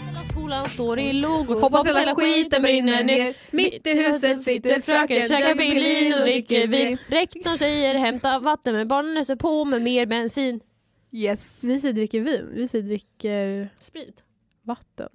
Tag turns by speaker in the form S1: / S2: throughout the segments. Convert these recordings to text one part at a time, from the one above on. S1: Hela skolan står i lågor.
S2: Hoppas hela skiten brinner ner. Mitt i huset sitter fröken, käkar Berlin och dricker vin.
S1: Rektorn säger hämta vatten men barnen öser på med mer bensin.
S2: Yes.
S3: Ni säger dricker vin, vi säger dricker
S1: Sprit.
S3: vatten.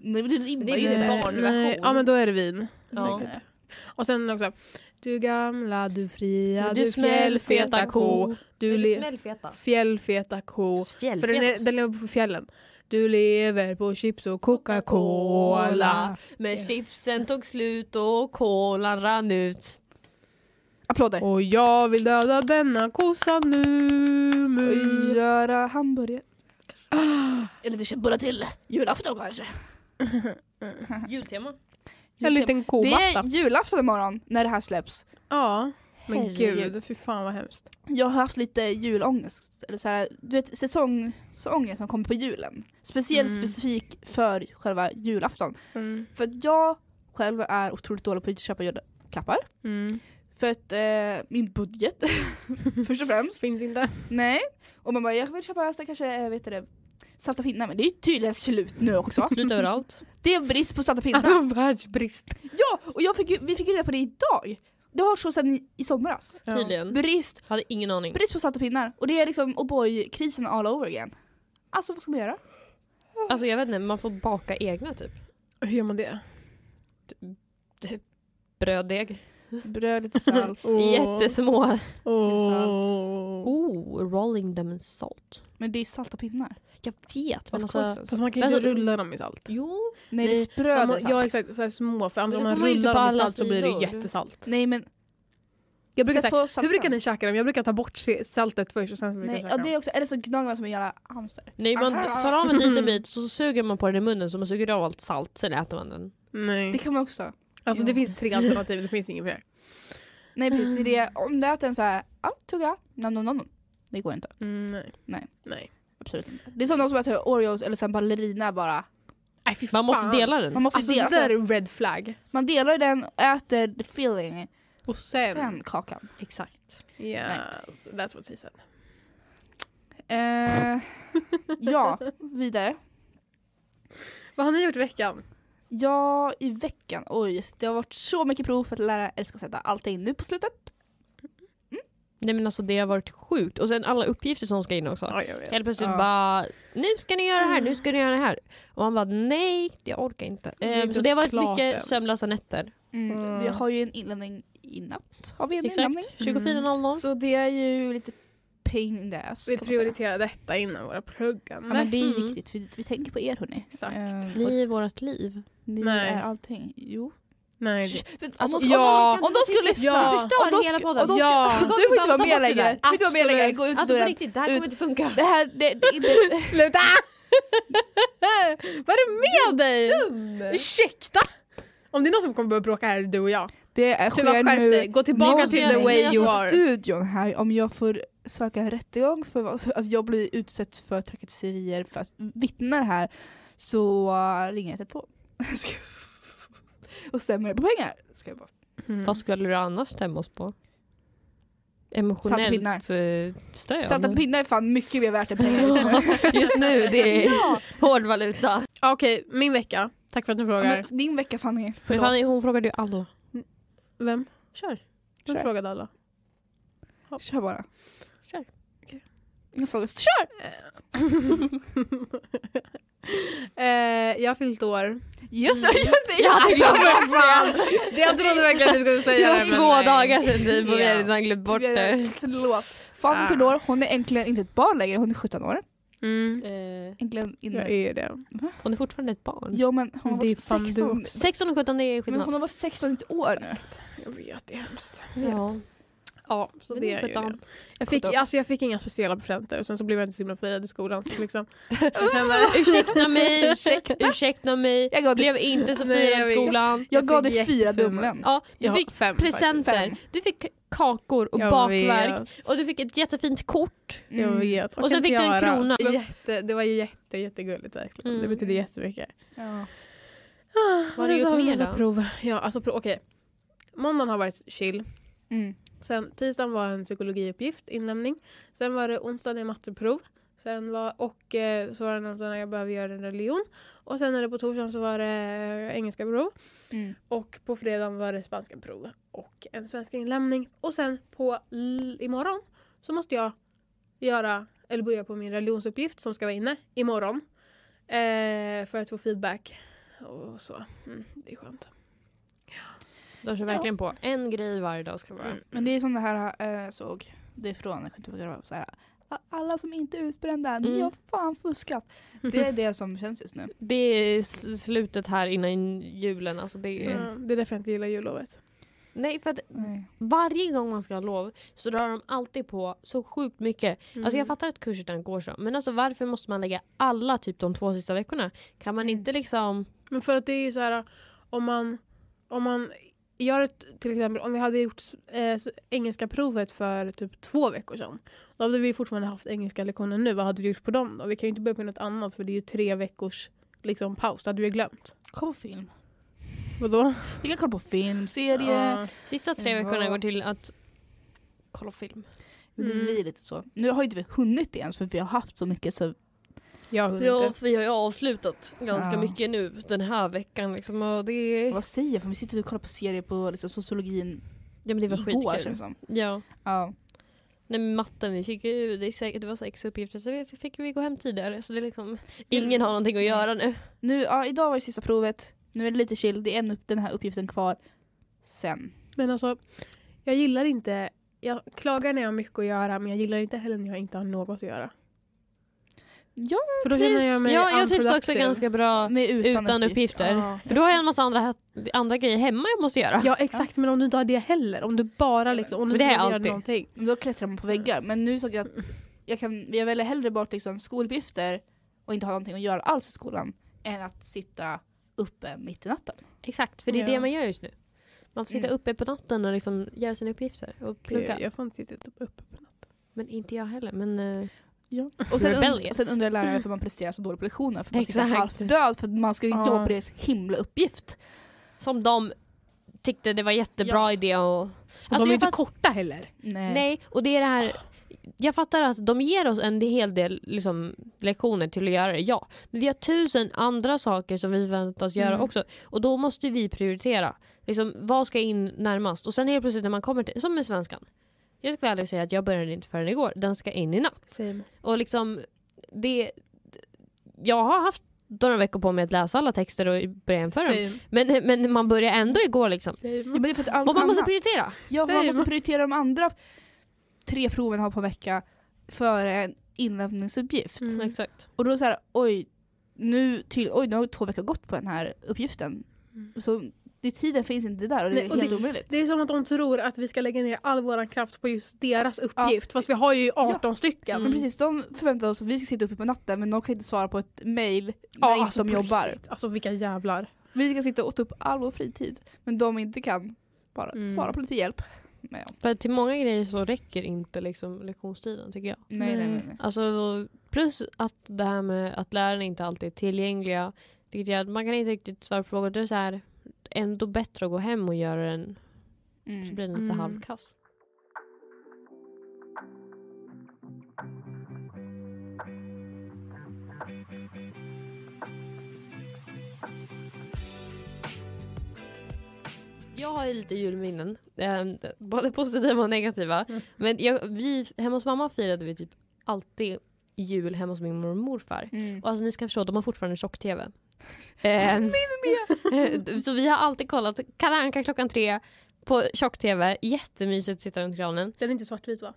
S2: Nej, men det rimmar
S1: Det
S2: ju
S1: är
S2: det
S1: väl
S2: där.
S1: barn.
S3: Nej, ja men då är det vin.
S1: Ja.
S3: Säkert. Och sen också, du gamla, du fria,
S1: Du
S3: du, fjällfeta ko. Du le-
S1: smällfeta.
S3: fjällfeta ko. För den, är, den lever på fjällen. Du lever på chips och Coca-Cola.
S1: Men chipsen tog slut och kolan rann ut.
S2: Applåder.
S3: Och jag vill döda denna kossa nu.
S2: Och
S3: mu.
S2: göra hamburgare. Eller vi ska bulla till julafton kanske.
S1: Jultema.
S3: En liten
S2: det
S3: komatta.
S2: är julafton imorgon när det här släpps.
S3: Ja. Men
S2: Herregud.
S3: gud, fy fan vad hemskt.
S2: Jag har haft lite julångest. Eller så här, du vet säsongsångest som kommer på julen. Speciellt
S3: Mm.
S2: specifik för själva julafton.
S3: Mm.
S2: För att jag själv är otroligt dålig på att köpa julklappar.
S3: Mm.
S2: För att eh, min budget, först och främst.
S3: Finns inte.
S2: Nej. Och man bara, jag vill köpa så kanske, eh, vet du det, salta pinnar. Men det är ju tydligen slut nu också.
S1: Slut överallt.
S2: Det är brist på salta pinnar.
S3: Alltså världsbrist.
S2: Ja, och jag fick ju, vi fick ju reda på det idag. Det har så sedan i, i somras.
S3: Ja.
S1: Tydligen.
S2: Brist,
S1: Hade ingen aning.
S2: brist på salta pinnar. Och det är liksom O'boy-krisen all over again. Alltså vad ska man göra?
S1: Alltså jag vet inte, man får baka egna typ.
S3: Hur gör man det?
S1: Bröddeg.
S2: Bröd, lite salt.
S3: Åh.
S1: Jättesmå.
S3: Åh.
S1: Oh, rolling them in salt.
S2: Men det är salta pinnar.
S1: Jag vet men
S2: Of
S1: alltså.
S2: course. alltså.
S3: Fast man kan
S1: Men
S3: inte
S1: alltså-
S3: rulla dem i salt.
S1: Jo.
S2: Nej, det är
S3: Nej,
S2: bröd
S3: Man må-
S2: och salt.
S3: Ja exakt, så här små. För
S1: Men
S3: andra om
S1: det
S3: man
S1: får man ju inte
S3: rullar
S1: på
S3: dem i
S1: alla
S3: salt så blir det
S1: sidor.
S3: jättesalt.
S2: Nej men
S3: Jag brukar
S2: Mm. sätt
S3: säga,
S2: på salt
S3: hur brukar
S2: sen.
S3: ni käka dem? Jag brukar ta bort se- saltet först och sen brukar
S2: Nej,
S3: jag
S2: ja,
S3: käka
S2: det
S3: dem.
S2: är också, eller så gnager man som en jävla hamster.
S1: Nej man tar av en liten bit så suger man på den i munnen så man suger av allt salt sen äter man den.
S3: Nej.
S2: Det kan man också.
S3: alltså det finns tre alternativ, det finns inget fler.
S2: Nej precis, det är det,
S3: Mm.
S2: om du äter en så här, ja tugga, nam nam nam nam. Det går inte,
S3: Mm, nej.
S2: Nej.
S3: Nej.
S2: absolut inte. Det är som de som äter Oreos eller sen ballerina bara.
S3: Nej, fy
S1: Man måste
S3: fan.
S1: dela den.
S2: Man måste
S3: Alltså
S2: dela,
S3: det där är red flag.
S2: man delar ju den, äter the filling,
S3: Och sen...
S2: sen, kakan.
S1: Exakt.
S3: Yes, that's what he said.
S2: Eh, ja, vidare.
S3: Vad har ni gjort i veckan?
S2: Ja, i veckan, oj, det har varit så mycket prov för att lära älska och sätta allting nu på slutet.
S1: Nej men alltså det har varit sjukt. Och sen alla uppgifter som ska in också.
S3: Ja, jag vet.
S1: Helt plötsligt
S2: Ja.
S1: bara, nu ska ni göra det här, nu ska ni göra det här. Och man bara, nej, jag orkar inte.
S3: är
S1: Ehm,
S3: inte
S1: så
S3: ens
S1: det har varit
S3: klart än.
S1: mycket sömnlösa nätter.
S2: Mm.
S3: Mm.
S2: Vi har ju en inlämning i natt. Har vi en
S1: Exakt,
S2: inlämning?
S1: 24.00.
S2: Så det är ju lite pain in the ass.
S3: Vi
S2: kan man säga.
S3: prioriterar detta innan våra
S2: Ja,
S3: pluggande.
S2: men det är ju
S1: Mm.
S2: viktigt, vi, vi tänker på er hörni.
S3: Exakt.
S2: Eh, och
S1: Ni är vårt liv.
S2: ni
S3: Nej.
S2: är allting. Jo.
S3: Nej, det-
S2: Men,
S3: Alltså,
S2: om de,
S3: ja.
S2: om, de, om de skulle lyssna.
S3: Ja.
S2: Om de
S1: Förstör hela
S2: sku-
S1: podden.
S2: om de-
S3: Ja.
S2: Du får inte vara
S1: Ta bort
S2: med
S1: det där.
S2: längre. Du får inte vara med längre.
S3: Absolut.
S2: Gå ut ur
S1: Alltså på
S2: dörren.
S1: riktigt, det här
S2: Ut.
S1: kommer inte funka.
S2: Det här, det, det är inte...
S3: Sluta! Vad är det med dig? Ursäkta! Om det är någon som kommer börja bråka här är det du och jag.
S2: Det är
S3: Tuva skärp dig, gå tillbaka
S1: måste
S3: till
S1: jag-
S3: the way
S1: nej, alltså,
S3: you are.
S2: studion här om jag får söka en rättegång för vad- alltså jag blir utsatt för trakasserier för att vittna det här så uh, ringer jag 112. och stämmer på pengar. Ska jag bara.
S3: Mm.
S1: Vad skulle du annars stämma oss på?
S2: Salta
S1: Emotionellt
S2: pinnar.
S1: eh, stöd.
S2: Salta pinnar är fan mycket mer värt än pengar just nu.
S1: Just nu, det är hård valuta.
S3: Okej, min vecka. Tack för att ni
S2: Ja,
S3: frågar.
S2: men Din vecka Fanny.
S1: Men Fanny, hon frågade ju alla.
S3: Vem?
S1: Kör.
S3: Vem
S2: Kör.
S3: frågade alla?
S2: Kör bara.
S1: Kör.
S3: Okej.
S2: Inga frågor. Kör!
S3: eh, jag har fyllt år.
S2: Just det, just det!
S1: Ja, det
S2: Alltså,
S1: är klart.
S2: vad fan.
S3: Det jag trodde verkligen du skulle
S1: Det
S3: säga.
S1: var
S3: men
S1: två
S3: nej.
S1: dagar sedan typ och vi
S3: Ja.
S1: hade redan glömt bort det.
S2: Förlåt. Ah. Fanny fyller år. Hon är egentligen inte ett barn längre, hon är 17 år.
S3: Mm.
S2: Egentligen
S3: Jag är
S2: inne.
S3: ju det.
S1: Eh, Hon är fortfarande ett barn.
S2: Jo men hon har
S3: Det är
S2: varit
S3: fan du
S2: 16
S3: också.
S1: 16 och 17 är
S2: Men hon
S1: skillnad.
S2: har varit 16 i ett år nu.
S3: Jag vet, det är hemskt.
S1: Ja.
S3: Ja, så
S1: Men
S3: det
S1: det
S3: är
S1: är
S3: ju
S1: skönt.
S3: det. Jag fick,
S2: Skönt.
S3: alltså, jag fick inga speciella presenter och sen så blev jag inte så himla firad i skolan. Så liksom, jag kände,
S1: Ursäkta mig, ursäkta mig.
S2: Jag gav dig,
S1: Blev inte så
S3: Nej, jag
S1: firad i
S3: vet.
S1: skolan.
S2: jag gav dig
S3: fick
S2: fyra
S3: jättefina.
S2: Dumlen.
S1: Ja, du
S3: jag
S1: fick
S3: har fem faktiskt.
S1: presenter.
S2: Fem.
S1: Du fick kakor och
S3: Jag
S1: bakverk.
S3: vet.
S1: Och du fick ett jättefint kort.
S3: Jag
S2: Mm.
S3: vet. Vad
S1: Och sen
S3: kan
S1: fick
S3: jag
S1: du en
S3: göra?
S1: krona.
S3: Jätte, det var ju jätte, jättegulligt verkligen.
S1: Mm.
S3: Det betyder jättemycket.
S2: Ja.
S3: Ah,
S1: har du
S3: och sen så
S1: gjort
S3: har vi
S1: mer
S3: massa
S1: då?
S3: prov. Ja, alltså prov, okej. Måndagen har varit chill.
S2: Mm.
S3: Sen tisdagen var en psykologiuppgift, inlämning. Sen var det onsdagen är matteprov. Sen var, och eh, så var det någon sån här, jag behöver göra en religion. Och sen är det på torsdagen så var det eh, engelska prov.
S2: Mm.
S3: Och på fredagen var det spanska prov och en svenska inlämning. Och sen på l- imorgon så måste jag göra, eller börja på min religionsuppgift som ska vara inne imorgon. Eh, för att få feedback och så. Mm, det är skönt.
S1: De kör
S2: Så.
S1: verkligen på. En grej varje dag ska det vara.
S2: Men det är som det här eh, jag såg, det är från, jag kan inte förklara, så här, "A- alla som inte är utbrända, ni
S1: Mm.
S2: har fan fuskat. Det är det som känns just nu.
S1: Det är s- slutet här innan julen. Alltså det är...
S3: Ja, det är därför jag inte gillar jullovet.
S1: Nej, för att
S2: Mm.
S1: varje gång man ska ha lov så drar de alltid på så sjukt mycket. Alltså jag
S3: Mm.
S1: fattar att kurserna går så. Men alltså varför måste man lägga alla typ de två sista veckorna? Kan man
S2: Mm.
S1: inte liksom...
S3: Men för att det är ju så här om man, om man gör ett, till exempel om vi hade gjort eh, s- engelska provet för typ två veckor sedan. Då hade vi fortfarande haft engelska lektioner nu. Vad hade du gjort på dem då? Vi kan ju inte börja med något annat för det är ju tre veckors liksom, paus. Det hade vi glömt.
S2: Kolla på film.
S3: Vadå?
S2: Vi kan kolla på film, serier.
S3: Ja.
S1: Sista tre
S2: Ja.
S1: veckorna går till att kolla film.
S2: Det
S3: Mm.
S2: blir lite så. Nu har ju inte vi hunnit det ens för vi har haft så mycket så
S3: Jag har hunnit
S1: Ja,
S3: det.
S1: för vi har ju avslutat ganska
S2: Ja.
S1: mycket nu den här veckan. Liksom, och det...
S2: vad säger jag? För vi sitter och kollar på serier på liksom, sociologin
S1: Ja, men det var
S2: igår
S1: skitkul.
S2: känns det som.
S1: Ja.
S2: Ja.
S1: Nej, men matten, vi fick ju, det, är säkert, det var sex uppgifter så vi fick, fick vi gå hem tidigare. Så det är liksom, ingen har någonting att göra nu.
S2: Nu, ja, idag var det sista provet. Nu är det lite chill. Det är en, upp- den här uppgiften kvar. Sen.
S3: Men alltså, jag gillar inte... Jag klagar när jag har mycket att göra men jag gillar inte heller när jag inte har något att göra.
S2: Ja,
S3: För då
S2: trivs.
S3: känner jag mig
S1: Ja, jag trivs också
S3: unproductive.
S1: ganska bra
S2: Med
S1: utan, uppgifter.
S3: Ja.
S1: För då har jag en massa andra, andra grejer hemma jag måste göra.
S3: Ja exakt, men om du inte har det heller. Om du bara liksom, om
S1: Men
S3: du
S1: det
S3: inte
S1: är
S3: gör
S1: alltid.
S3: någonting.
S2: Men Då klättrar man på väggar. Men nu såg jag att jag, kan, jag väljer hellre bort liksom skoluppgifter och inte ha någonting att göra alls i skolan än att sitta uppe mitt i natten.
S1: Exakt, för det är
S3: Ja.
S1: det man gör just nu. Man får sitta
S2: Mm.
S1: uppe på natten och liksom göra sina uppgifter och plugga.
S3: Jag, jag får inte sitta typ uppe på natten.
S1: Men inte jag heller. Men, eh,
S2: Och sen, und-
S1: Rebellious.
S2: sen undrar läraren varför man presterar så dåligt på lektionerna. För man sitter
S1: Exakt.
S2: halvdöd för att man ska
S3: Ja.
S2: jobba på deras himla uppgift.
S1: som de tyckte det var jättebra
S2: Ja.
S1: idé och
S3: Och
S1: Alltså,
S3: de är
S1: jag
S3: inte
S1: fatt-
S3: korta heller.
S2: Nej.
S1: Nej, och det är det här... Jag fattar att de ger oss en hel del liksom, lektioner till att göra det, ja. Men vi har tusen andra saker som vi väntas göra
S2: Mm.
S1: också. Och då måste vi prioritera. Liksom, vad ska in närmast? Och sen helt plötsligt när man kommer till, som med svenskan. Jag ska ärligt säga att jag började inte förrän igår. Den ska in i natt.
S3: Same.
S1: Och liksom, det... Jag har haft några veckor på mig att läsa alla texter och börja jämföra dem.
S3: Same.
S1: Men, men man börjar ändå igår liksom.
S2: Ja, men det är för att allt
S1: Och man måste
S2: annat-
S1: prioritera.
S2: Ja, för man
S3: Säger
S2: måste
S3: man.
S2: prioritera de andra tre proven jag har på vecka före en inlämningsuppgift.
S3: Mm.
S1: Exakt.
S2: Och då så här, oj, nu till, oj, nu har två veckor gått på den här uppgiften.
S3: Mm.
S2: Så det, tiden finns inte där och det är
S3: Nej, och
S2: helt
S3: det-
S2: omöjligt.
S3: Det är som att de tror att vi ska lägga ner all vår kraft på just deras uppgift. Fast vi har ju 18 stycken.
S1: Mm.
S2: Men precis, de förväntar oss att vi ska sitta uppe på natten men de kan inte svara på ett mail när
S3: Ja,
S2: inte
S3: alltså
S2: de
S3: på
S2: jobtar.
S3: riktigt. Alltså vilka jävlar.
S2: Vi ska sitta och ta upp all vår fritid men de inte kan bara
S3: Mm.
S2: svara på lite hjälp. Men ja.
S1: För till många grejer så räcker inte liksom, lektionstiden tycker jag.
S2: nej, nej, nej, nej.
S1: Alltså, plus att det här med att lärarna inte alltid är tillgängliga. Vilket gör att man kan inte riktigt svara på frågor. Det är så här, ändå bättre att gå hem och göra den. Så
S2: Mm.
S1: blir den lite
S3: Mm.
S1: halvkass. Jag har ju lite julminnen, eh, både positiva och negativa.
S3: Mm.
S1: Men jag, vi, hemma hos mamma firade vi typ alltid jul hemma hos min mormor och morfar.
S2: Mm.
S1: Och alltså ni ska förstå, de har fortfarande tjock-tv. Eh, så vi har alltid kollat Kalle Anka klockan tre på tjock-tv. Jättemysigt, sitta runt granen.
S3: Den är inte svartvit va?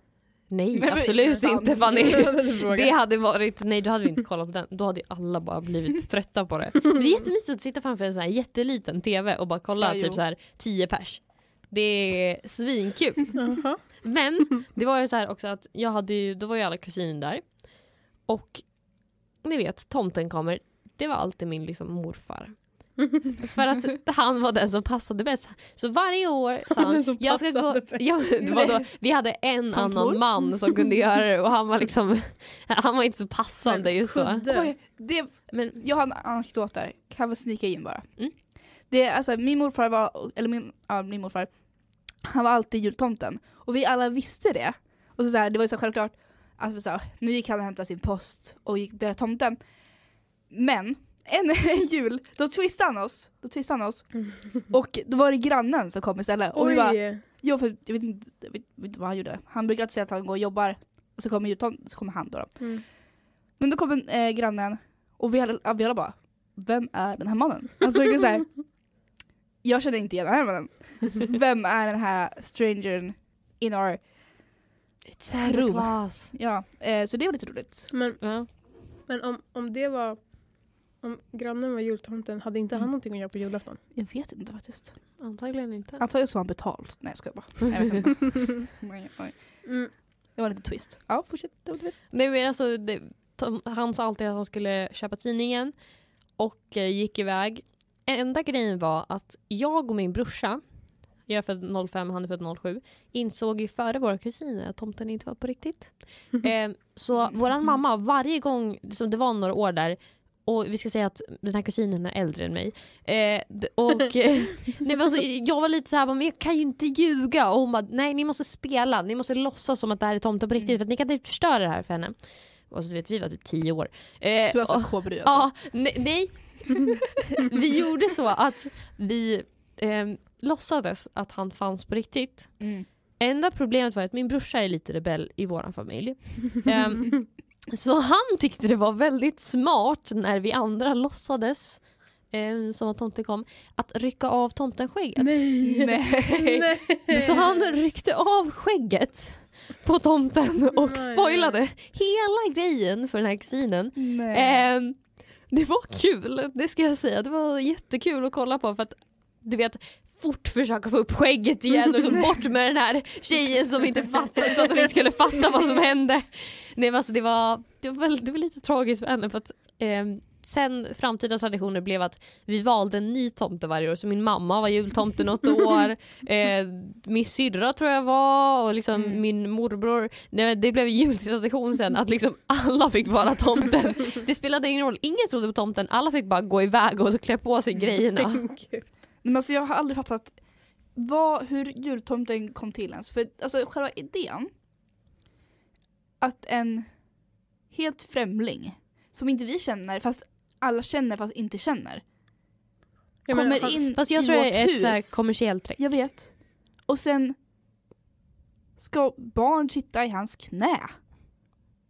S1: Nej,
S2: Nej, men
S1: absolut
S2: intressant.
S1: inte Fanny. Det
S3: det...
S1: hade varit, nej då hade vi inte kollat på den. Då hade ju alla bara blivit trötta på det. Men det är jättemysigt att sitta framför en sån här jätteliten TV och bara kolla
S2: Ja, jo.
S1: typ så här 10 pers. Det är svinkul.
S3: Jaha.
S1: Men det var ju så här också att jag hade ju, då var ju alla kusiner där. Och ni vet, tomten kommer. Det var alltid min liksom morfar. För att han var den som passade bäst. Så varje år sa
S3: Han var den
S1: han,
S3: som
S1: jag ska gå...
S3: passade bäst.
S1: Ja, men det var då, vi hade en
S2: Kontor.
S1: annan man som kunde göra det och han var liksom, han var inte så passande just då.
S3: Kudde.
S2: Oj, det
S1: Men
S2: Jag har en anekdot där, kan jag få snika in bara?
S1: Mm.
S2: Det är alltså min morfar var, eller min, ja, min morfar Han var alltid jultomten. Och vi alla visste det. Och så så här, det var ju så självklart att vi sa, nu gick han och hämtade sin post och gick blev tomten. Men en, en jul, då twistade han oss. Då twistade han oss. Och då var det grannen som kom istället. Och vi bara, Jo, för jag vet inte, jag vet, jag vet inte vad han gjorde. Han brukar alltid säga att han går och jobbar och så kommer, jultomten- så kommer han då. då.
S3: Mm.
S2: Men då kommer eh, grannen och vi alla, ja, vi alla bara, vem är den här mannen? Alltså verkligen så här, jag känner inte igen den här mannen. Vem är den här strangern in our,
S1: Santa
S2: Rum.
S1: Claus.
S2: ja. Eh, så det var lite roligt.
S3: Men,
S1: Ja.
S3: men om, om det var... Om grannen var jultomten, hade inte han
S2: Mm.
S3: någonting att göra på julafton?
S2: Jag vet inte faktiskt.
S1: Antagligen inte.
S2: Antagligen så har han betalt. Nej jag skojar bara. Nej, jag vet inte. Nej, nej.
S3: Mm.
S2: Det var lite twist. Ja, fortsätt. Det var det.
S1: Nej men alltså, det, Tom- han sa alltid att han skulle köpa tidningen och eh, gick iväg. Enda grejen var att jag och min brorsa, jag är född 05, han är född 07, insåg ju före våra kusiner att tomten inte var på riktigt. Eh, så våran mamma varje gång, liksom, det var några år där, och vi ska säga att den här kusinen är äldre än mig. Eh, d- och, eh, nej, men alltså, jag var lite så här, bara, men jag kan ju inte ljuga. Och hon bara, nej ni måste spela, ni måste låtsas som att det här är tomten på riktigt
S2: Mm.
S1: för att ni kan inte förstöra det här för henne. Och så, du vet, vi var typ tio år. Eh,
S2: Du var
S1: och-
S2: så kåbry alltså.
S1: Ja, ne- nej. vi gjorde så att vi eh, låtsades att han fanns på riktigt.
S2: Mm.
S1: Enda problemet var att min brorsa är lite rebell i vår familj. Ehm, så han tyckte det var väldigt smart när vi andra låtsades, ehm, som att tomten kom, att rycka av tomtenskägget.
S3: Nej!
S2: Nej.
S1: Så han ryckte av skägget på tomten och
S3: Nej.
S1: spoilade hela grejen för den här kusinen.
S2: Nej.
S1: Ehm, det var kul, det ska jag säga. Det var jättekul att kolla på för att du vet fort försöka få upp skägget igen och så bort med den här tjejen som inte fattade så att hon inte skulle fatta vad som hände. Nej men alltså det var, det var, väl, det var lite tragiskt för henne för att ehm, sen framtida traditioner blev att vi valde en ny tomte varje år så min mamma var jultomte något år, eh, min syrra tror jag var och liksom
S2: Mm.
S1: min morbror. Nej, men det blev jultradition sen att liksom alla fick vara tomten. Det spelade ingen roll, ingen trodde på tomten, alla fick bara gå iväg och så klä på sig grejerna.
S3: Gud.
S2: Men alltså jag har aldrig fattat vad, hur jultomten kom till ens. För alltså själva idén att en helt främling som inte vi känner fast alla känner fast inte känner
S3: Jag
S2: kommer
S3: menar, han-
S2: in
S1: Fast jag
S2: i
S1: tror
S2: vårt
S1: det är ett
S2: hus.
S1: så här kommersiellt trick.
S2: jag vet. Och sen ska barn sitta i hans knä.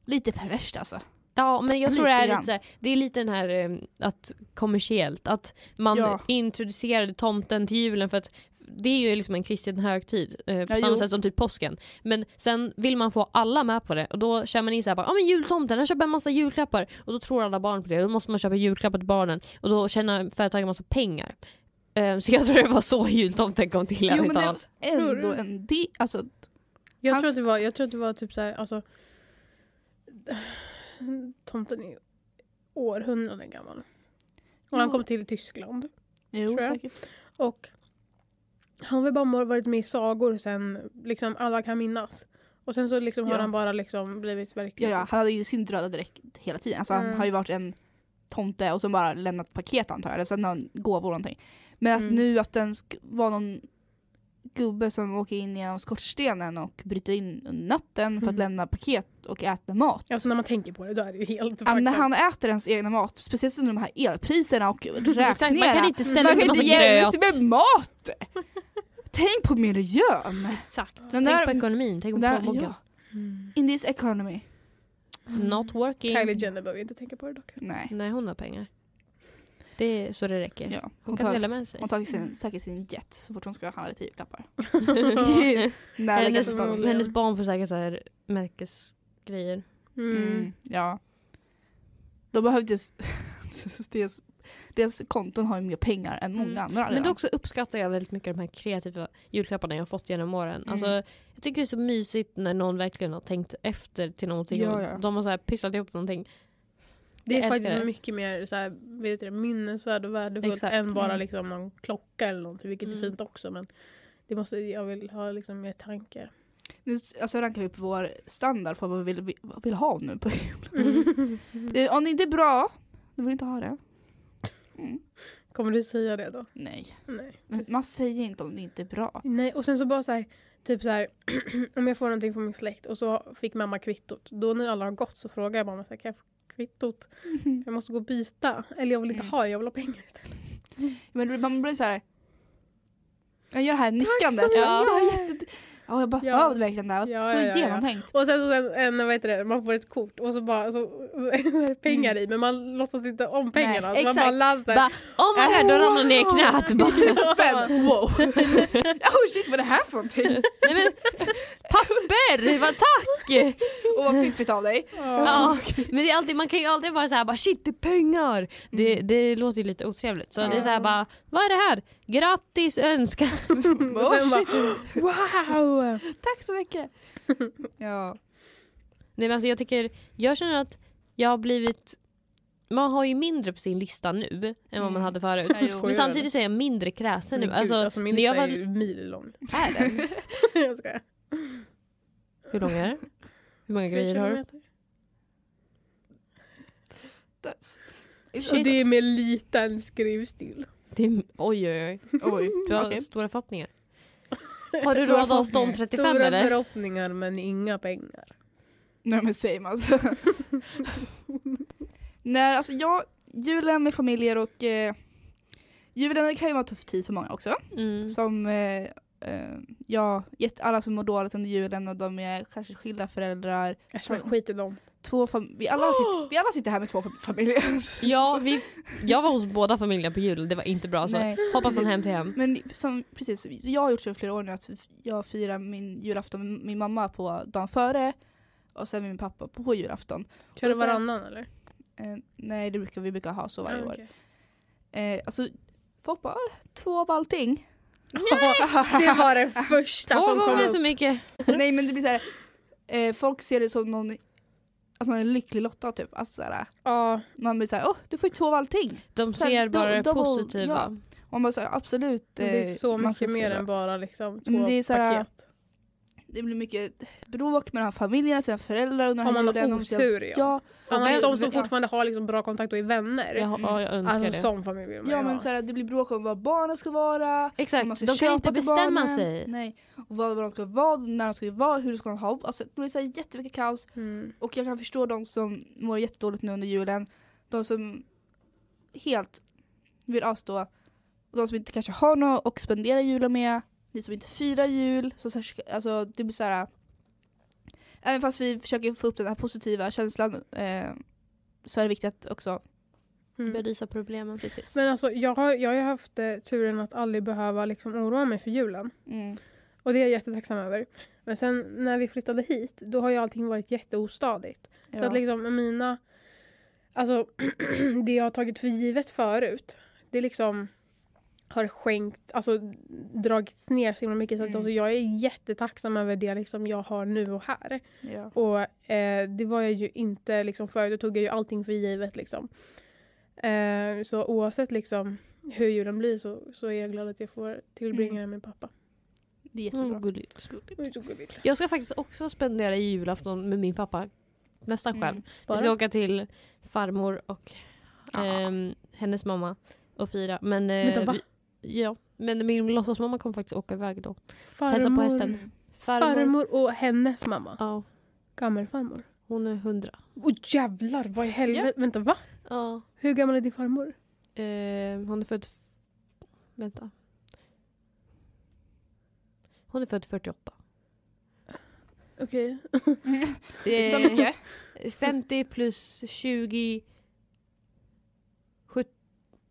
S2: Lite perverst alltså.
S1: Ja men jag tror det
S2: Lite
S1: är lite
S2: grann.
S1: så här, det är lite den här eh, att kommersiellt, att man
S2: Ja.
S1: introducerade tomten till julen för att det är ju liksom en kristen högtid eh, på
S2: Ja,
S1: samma
S2: jo.
S1: sätt som typ påsken. Men sen vill man få alla med på det och då kör man in såhär bara ah, men jultomten, jag köper en massa julklappar och då tror alla barn på det. Då måste man köpa julklappar till barnen och då tjänar företagen massa pengar. Eh, så jag tror det var så jultomten kom till.
S2: Jo
S1: Jo,
S2: men det är
S3: Tror
S2: ändå
S3: du?
S2: en del, alltså
S3: Jag,
S2: Hans-
S3: tror att det var, jag tror att det var typ såhär, alltså Tomten är århundraden gammal. Och han
S2: Jo.
S3: kom till Tyskland.
S2: jo,
S3: Tror jag.
S2: säkert.
S3: Och han har väl bara varit med i sagor sen liksom alla kan minnas. Och sen så liksom har
S2: Ja.
S3: han bara liksom blivit
S2: Ja,
S3: verklig.
S2: ja, han hade ju sin röda dräkt hela tiden. Alltså, Han
S3: Mm.
S2: har ju varit en tomte och sen bara lämnat paket antar jag, eller sen någon gåvor eller någonting. Men att
S3: Mm.
S2: nu att den sk- var någon gubbe som åker in genom skorstenen och bryter in under natten för att
S3: Mm.
S2: lämna paket och äta mat.
S3: Alltså när man tänker på det då är det ju helt
S2: Ja,
S3: fucked
S2: när
S3: up.
S2: han äter ens egna mat, speciellt under de här elpriserna och
S1: Exakt, man kan
S2: räkningarna.
S1: inte
S2: Man
S1: ställa
S2: kan
S1: ut en
S2: inte
S1: massa
S2: ge
S1: gröt.
S2: ut med mat! Tänk på miljön!
S1: Exakt.
S2: Den
S1: tänk
S2: där-
S1: på ekonomin, tänk på
S2: Där,
S1: plånboken.
S2: ja.
S3: Mm.
S2: In this economy.
S1: Not working.
S3: Kylie Jenner behöver ju inte tänka på det dock.
S2: Nej.
S1: Nej, hon har pengar. Det är så det räcker.
S2: Ja.
S1: Hon
S2: Hon
S1: kan
S2: tar
S1: dela med sig.
S2: Hon tar sin, säkert sin jet så fort hon ska handla lite julklappar. När det
S1: hennes,
S2: kanske
S3: förmodligen.
S1: hennes barn får säkert så här märkesgrejer.
S2: mm, Ja. De behövde just, deras, deras konton har ju mer pengar än många
S1: Mm.
S2: andra.
S1: Men
S2: redan.
S1: då också uppskattar jag väldigt mycket de här kreativa julklapparna jag har fått genom åren.
S2: Mm.
S1: Alltså, jag tycker det är så mysigt när någon verkligen har tänkt efter till någonting.
S2: Ja,
S1: och
S2: ja.
S1: De har så här pisslat ihop någonting.
S3: Det
S1: Jag
S3: är
S1: älskar
S3: faktiskt
S1: det.
S3: mycket mer så här, vet du, det, minnesvärd och värdefullt
S1: Exakt.
S3: än bara
S2: Mm.
S3: liksom någon klocka eller någonting, vilket
S1: Mm.
S3: är fint också. Men det måste, jag vill ha liksom mer tanke.
S2: nu, alltså rankar vi upp vår standard för vad vi vill, vi- vad vi vill ha nu på julen. Eh, Om det inte är bra, då vill vi inte ha det. Mm.
S3: Kommer du säga det då?
S2: Nej.
S3: Nej.
S2: Men man säger inte om det inte är bra.
S3: Nej, och sen så bara så här, typ så här, om jag får någonting från min släkt och så fick mamma kvittot. Då när alla har gått så frågar jag mamma så här, kan jag få kvittot? Jag måste gå och byta. Eller jag vill inte
S2: Mm.
S3: ha det, jag vill ha pengar istället.
S2: Men det- man blir så här. Jag gör det här nickandet.
S1: mycket.
S2: Ja. Jag, har jätte... ja, jag bara
S3: Ja.
S2: behövde verkligen det här.
S3: Ja,
S2: så
S3: ja, ja, ja.
S2: genomtänkt.
S3: Och sen så, en, vad heter det, man får ett kort och så bara så, så är det så här pengar
S1: Mm.
S3: i men man låtsas inte om pengarna.
S2: Nej,
S3: så man
S2: exakt.
S3: bara lansar.
S1: Bara, oh my god, då ramlar ner i knät. Bara,
S2: Tusen spänn! Wow! oh shit vad är det här för någonting?
S1: Nej, men, papper, vad tack!
S2: Och vad fiffigt av dig.
S1: Ja, men det är alltid, man kan ju aldrig vara så här bara shit det är pengar. Det,
S3: Mm.
S1: det låter ju lite otrevligt. Så det är så här bara vad är det här? Grattis önska.
S3: Mm, Och sen
S2: Oh,
S3: bara,
S2: shit.
S3: wow!
S2: Tack så mycket! ja.
S1: Nej men alltså jag tycker, jag känner att jag har blivit, man har ju mindre på sin lista nu än vad man
S2: Mm.
S1: hade förut.
S2: Ja, jo.
S3: Skojar
S1: Men
S3: du,
S1: samtidigt så är jag mindre kräsen
S3: eller?
S1: nu.
S3: Men gud,
S1: Alltså,
S3: min
S1: när jag
S3: lista är
S1: var,
S3: ju mil lång.
S1: är den?
S3: jag skojar.
S1: Hur lång är den? Hur många
S3: Tre
S1: grejer har du?
S3: kilometer.
S2: That's...
S1: Shit.
S3: Och det är med liten skrivstil.
S1: Det är, oj oj oj,
S2: Oj,
S1: du har
S2: okej.
S1: stora förhoppningar. Har du
S2: Stora
S1: råd att stå om
S2: förhoppningar.
S1: 35
S3: Stora
S1: eller?
S3: förhoppningar men inga pengar.
S2: Nej men same alltså. Nej alltså jag, julen med familjer och eh, julen kan ju vara en tuff tid för många också.
S1: Mm.
S2: Som eh, eh, ja, jätte- alla som mår dåligt under julen och de är kanske skilda föräldrar.
S3: Äsch men skit i dem.
S2: Två fam- vi, alla sitter, vi alla sitter här med två fam- familjer.
S1: Ja, vi, jag var hos båda familjerna på jul, det var inte bra. Så
S2: Nej.
S1: hoppas från hem till hem.
S2: Men som, precis, jag har gjort så i flera år nu att jag firar min julafton med min mamma på dagen före och sen med min pappa på julafton.
S3: Kör du
S2: Och sen-
S3: varannan eller?
S2: Eh, nej, det brukar, vi brukar ha så varje
S3: Ja,
S2: år.
S3: Ah, okej.
S2: Eh, alltså, folk bara, två av allting.
S3: Det var det första
S1: Två
S3: som kom
S1: gånger
S3: Alltså, upp.
S1: så mycket.
S2: Nej men det blir såhär, eh, folk ser det som någon, att man är lycklig lottad typ. Alltså, såhär,
S3: Ja,
S2: man blir såhär, åh du får ju två av allting.
S1: De
S2: Sen
S1: ser
S2: do-
S1: bara det
S2: double-
S1: positiva.
S2: ja. Och man bara såhär, absolut.
S3: men det är så
S2: eh, man ska
S3: mycket
S2: se
S3: mer
S2: det."
S3: än bara liksom två
S2: Men det är så här-
S3: paket.
S2: Det blir mycket bråk mellan familjerna, sina föräldrar under
S3: Om man
S2: julen,
S3: har
S2: om sina-
S3: otur ja.
S2: Ja,
S3: Annars
S1: men-
S3: de som
S2: ja.
S3: fortfarande har liksom bra kontakt och är vänner.
S1: Jag, ja, jag önskar
S3: alltså
S1: det.
S3: som familj vill man
S2: Ja
S3: ju
S2: men
S3: ha.
S2: såhär, det blir bråk om vad barnen ska vara. om man
S1: Exakt, de
S2: ska
S1: kan
S2: köpa
S1: inte
S2: till
S1: bestämma
S2: barnen.
S1: sig.
S2: Nej. Och vad, vad de ska vara, när de ska vara, hur de ska ha. Alltså, det blir såhär jättemycket kaos.
S3: Mm.
S2: Och jag kan förstå de som mår jättedåligt nu under julen. De som helt vill avstå. Och de som inte kanske har något och spendera julen med. Ni som inte firar jul. Så, så här- alltså, det blir så här. Även fast vi försöker få upp den här positiva känslan eh, så är det viktigt att också.
S3: Mm.
S1: Belysa problemen. Precis.
S3: Men alltså jag har, jag har ju haft eh, turen att aldrig behöva liksom oroa mig för julen.
S2: Mm.
S3: Och det är jag jättetacksam över. Men sen när vi flyttade hit, då har ju allting varit jätteostadigt. Så
S2: Ja.
S3: att liksom mina... Alltså det jag har tagit för givet förut, det liksom har skänkt, alltså dragits ner så himla mycket. Så att,
S2: Mm.
S3: alltså, jag är jättetacksam över det liksom jag har nu och här.
S2: ja.
S3: Och eh, det var jag ju inte liksom förut, då tog jag ju allting för givet liksom. Eh, så oavsett liksom hur julen blir så, så är jag glad att jag får tillbringa
S2: Mm.
S3: den med pappa.
S2: Det är jättebra.
S1: Mm, gulligt.
S3: Det är så gulligt.
S1: Jag ska faktiskt också spendera julafton med min pappa. Nästan själv.
S2: Mm.
S1: Jag ska åka till farmor och
S2: Ah.
S1: ehm, hennes mamma och fira. Men, eh,
S3: Vänta, va?
S1: vi, ja, men min låtsasmamma kommer faktiskt åka iväg då.
S3: Farmor,
S1: Hälsa på hästen.
S3: farmor. och hennes mamma.
S1: Ja,
S3: Gammelfarmor.
S1: hon är hundra.
S3: Åh jävlar vad i helvete. Vänta va?
S1: Ja.
S3: Hur gammal är din farmor?
S1: Eh, hon är född... Vänta. Hon är född 48.
S3: Okej.
S2: Så mycket.
S1: 50 Eh, plus 20... sjut-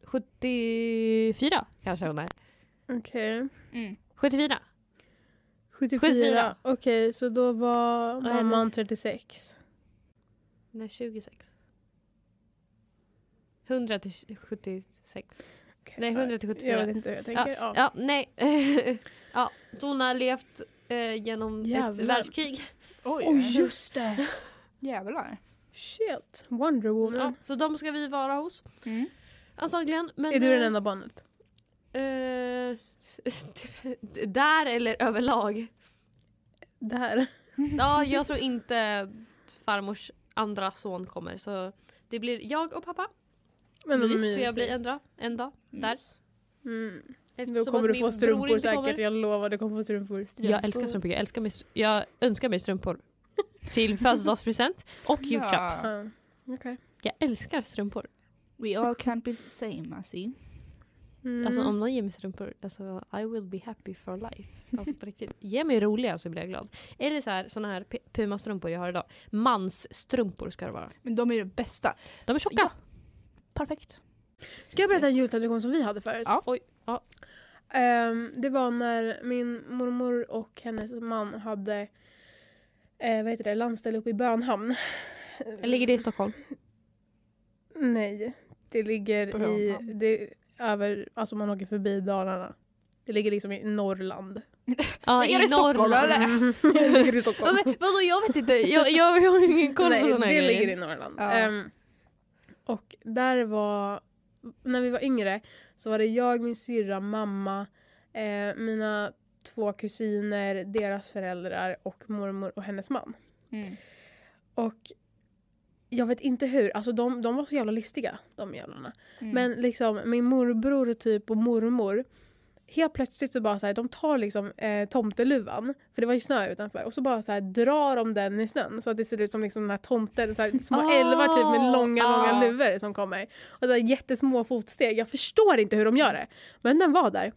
S1: 74 kanske hon är.
S3: Okej.
S2: Mm.
S1: 74.
S3: 74.
S1: 74.
S3: Okej så då var
S1: hennes-
S3: mamman 36.
S1: Nej, 26. 100 till 76.
S3: Okej,
S1: Nej, 100 till
S3: Jag
S1: 74.
S3: vet inte hur jag tänker. Ja.
S1: Ja, nej. ja, så hon har levt eh, genom ett
S3: Jävlar.
S1: världskrig.
S2: Oj.
S3: Åh, just det!
S2: Jävlar.
S3: Shit. Wonder Woman.
S1: Ja, så de ska vi vara hos.
S2: Mm.
S1: Antagligen. Men,
S3: Är du
S1: eh,
S3: den enda barnet?
S1: Eh, där eller överlag?
S3: Där.
S1: Ja, jag tror inte farmors andra son kommer. Så det blir jag och pappa
S3: Men de är
S1: Mys, jag blir
S3: mysigt.
S1: en dag. En dag. Där.
S3: Mm. Då
S1: Eftersom
S3: kommer
S1: att
S3: du få
S1: min bror
S3: strumpor
S1: inte kommer.
S3: säkert, jag lovar. Du kommer få strumpor.
S1: Jag älskar strumpor. Jag, älskar mig, jag önskar mig strumpor till födelsedagspresent och julklapp.
S2: Ja.
S3: Ja. Okej.
S1: Jag älskar strumpor.
S2: We all can't be the same, Asi.
S3: Mm.
S1: Alltså om någon ger mig strumpor, alltså, I will be happy for life. Alltså på riktigt. Ge mig roliga så blir jag glad. Eller så här, såna här P- Puma-strumpor jag har idag. Mansstrumpor ska det vara.
S2: Men de är ju det bästa.
S1: De är tjocka.
S2: Ja. Perfekt.
S3: Ska jag berätta en jultradition som vi hade förut?
S2: Ja.
S1: Oj, ja.
S3: Ehm, det var när min mormor och hennes man hade eh, vad heter det, landställe uppe i Bönhamn.
S1: Ligger det i Stockholm?
S3: Nej, det ligger i...
S2: Bönhamn.
S3: Det, är över, alltså man åker förbi Dalarna. Det ligger liksom i Norrland.
S1: Ja,
S2: Ligger det i Stockholm, eller?
S3: Mm. det ligger i Stockholm.
S1: Vadå, vadå, jag vet inte. Jag, jag, har ingen koll på
S3: Nej,
S1: såna här
S3: det
S1: grejer.
S3: ligger i Norrland.
S2: Ja.
S3: Ehm, och där var, när vi var yngre så var det jag, min syrra, mamma, eh, mina två kusiner, deras föräldrar och mormor och hennes man.
S2: Mm.
S3: Och jag vet inte hur, alltså de, de var så jävla listiga de jävlarna.
S2: Mm.
S3: Men liksom min morbror typ och mormor Helt plötsligt så bara så här, de tar liksom eh, tomteluvan, för det var ju snö utanför, och så bara så här drar de den i snön så att det ser ut som liksom den här tomten, så här, små
S1: Ah,
S3: älvar typ med långa,
S1: ah.
S3: långa luvor som kommer. Och så här, jättesmå fotsteg, jag förstår inte hur de gör det. Men den var där.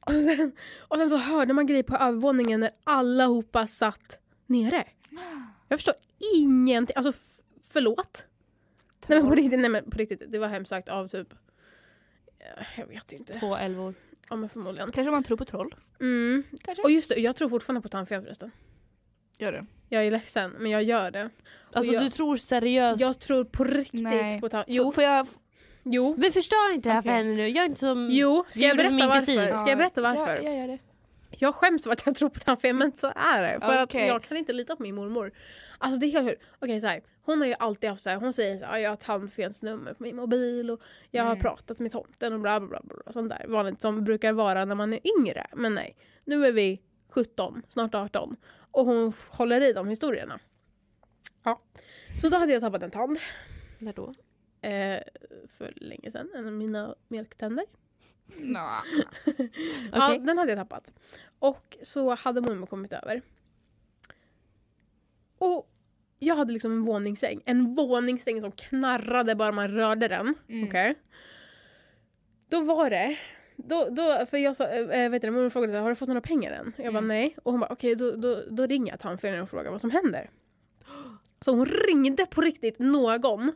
S3: Och sen, och sen så hörde man grejer på övervåningen när allihopa satt nere. Jag förstår ingenting, alltså f- förlåt. Nej men, på riktigt, nej men på riktigt, det var hemskt sagt av typ... eh, Jag vet inte.
S1: Två älvor.
S3: Ja men förmodligen.
S2: Kanske man tror på troll.
S3: Mm.
S2: Kanske.
S3: Och just det, jag tror fortfarande på tandfen förresten.
S2: Gör det.
S3: Jag är ledsen, men jag gör det.
S1: Alltså
S3: jag-
S1: du tror seriöst.
S3: Jag tror på riktigt
S2: Nej.
S3: på tandfen.
S2: Jo, Mm.
S3: Jo,
S2: får jag...
S3: jo.
S1: Vi förstör inte det här för
S2: Okej.
S1: henne nu. Jag är inte som...
S3: Jo, ska jag
S1: Gjorde
S3: berätta
S1: min kusin.
S3: varför? Ska jag berätta varför?
S2: Ja, jag gör det.
S3: Jag skäms för att jag tror på tandfen men så är det. För
S2: Okej.
S3: att jag kan inte lita på min mormor. Alltså det är helt sjukt. Okej så här. hon har ju alltid haft så här. hon säger så här, "Ja, jag har tandfens nummer på min mobil och jag har
S2: Mm.
S3: pratat med tomten och bla bla bla. bla sånt där vanligt som brukar vara när man är yngre. Men nej, nu är vi 17, snart 18 och hon f- håller i de historierna. Ja. Så då hade jag tappat en tand
S1: När då?
S3: eh, för länge sedan, en av mina mjölktänder.
S2: Nå.
S3: Ja,
S1: Okej.
S3: den hade jag tappat. Och så hade mormor kommit över. Och jag hade liksom en våningssäng. En våningssäng som knarrade bara man rörde den.
S2: Mm.
S3: Okej. Då var det... Då, då, för jag sa, äh, vet du, mormor frågade så här, har du fått några pengar än? Jag bara
S2: Mm.
S3: nej. Och hon bara okej då, då, då ringer jag tandfelen och frågar vad som händer. Så hon ringde på riktigt någon.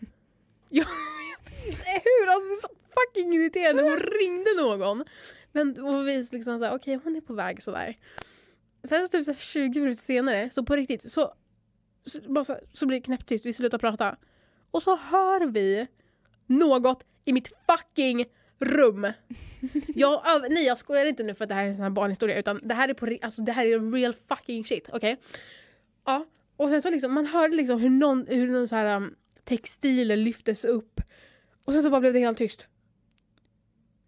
S3: Jag vet inte hur, alltså det är så fucking irriterande. Hon ringde någon. Men och vi liksom såhär, okej hon är på väg sådär. Sen så typ så här 20 minuter senare, så på riktigt, så, så, bara så, här, så blir det knäpptyst, vi slutar prata. Och så hör vi något i mitt fucking rum. Jag, öv- nej jag skojar inte nu för att det här är en sån här barnhistoria utan det här är på ri- alltså det här är real fucking shit, okej? Ja, och sen så liksom, man hörde liksom hur någon, hur någon så här um, textiler lyftes upp och sen så bara blev det helt tyst.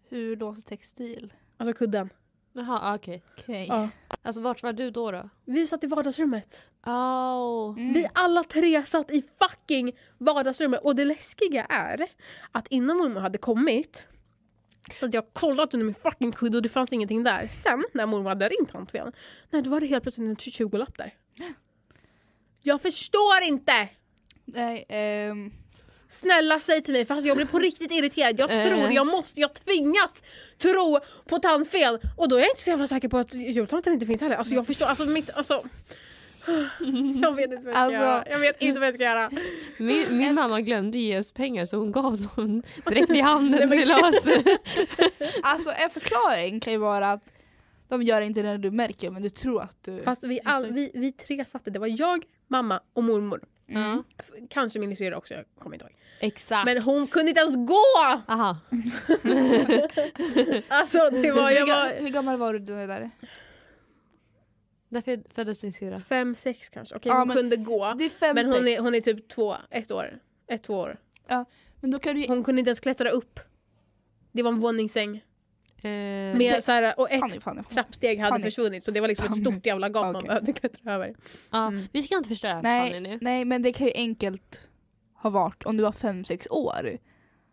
S2: Hur låter textil?
S3: Alltså kudden.
S1: Jaha, ah, okej.
S2: Okej.
S3: Ja.
S1: Alltså vart var du då då?
S3: Vi satt i vardagsrummet.
S1: Oh.
S2: Mm.
S3: Vi alla tre satt i fucking vardagsrummet och det läskiga är att innan mormor hade kommit så att jag kollat under min fucking kudde och det fanns ingenting där. Sen när mormor hade ringt Antven, nej då var det helt plötsligt en 20-lapp där. Jag förstår inte!
S2: Nej, ehm,
S3: Snälla säg till mig för alltså jag blir på riktigt irriterad. Jag
S1: Eh.
S3: tror, jag måste, jag tvingas tro på tandfen. Och då är jag inte så jävla säker på att jultomten inte finns heller. Alltså jag förstår, alltså mitt, alltså. Jag vet inte vad jag ska
S2: Alltså-
S3: göra. Jag vet inte vad jag ska göra.
S1: Min, min mamma glömde ge oss pengar så hon gav dem direkt i handen
S3: Nej, men
S1: till oss.
S2: alltså en förklaring kan ju vara att de gör inte det när du märker men du tror att du...
S3: Fast vi, all, vi, vi tre satte, det var jag, mamma och mormor.
S1: Ja,
S3: F- Kanske min syrra också, jag kommer inte ihåg.
S1: Exakt.
S3: Men hon kunde inte ens gå!
S1: Aha.
S3: Alltså det var,
S2: hur,
S3: jag
S2: ga-
S3: var
S2: hur gammal var du då där?
S1: När föd- föddes din syrra?
S3: fem, sex kanske. Okej
S2: Ja,
S3: hon
S2: men-
S3: kunde gå.
S2: Du är fem,
S3: Men hon
S2: sex.
S3: är, hon är typ två, ett år. Ett, två år.
S2: Men då kan du ju...
S3: Hon kunde inte ens klättra upp. Det var en våningssäng.
S2: Mm.
S1: Eh,
S3: Med så här, och
S2: Fanny,
S3: ett
S2: Fanny, Fanny.
S3: trappsteg hade
S2: Fanny.
S3: försvunnit så det var liksom ett
S2: Fanny.
S3: stort jävla gap man
S2: Okej.
S3: behövde klättra över.
S1: ja,
S3: mm.
S1: Vi ska inte förstöra för
S2: Nej.
S1: Fanny nu.
S2: Nej men det kan ju enkelt har varit, om du var fem sex år,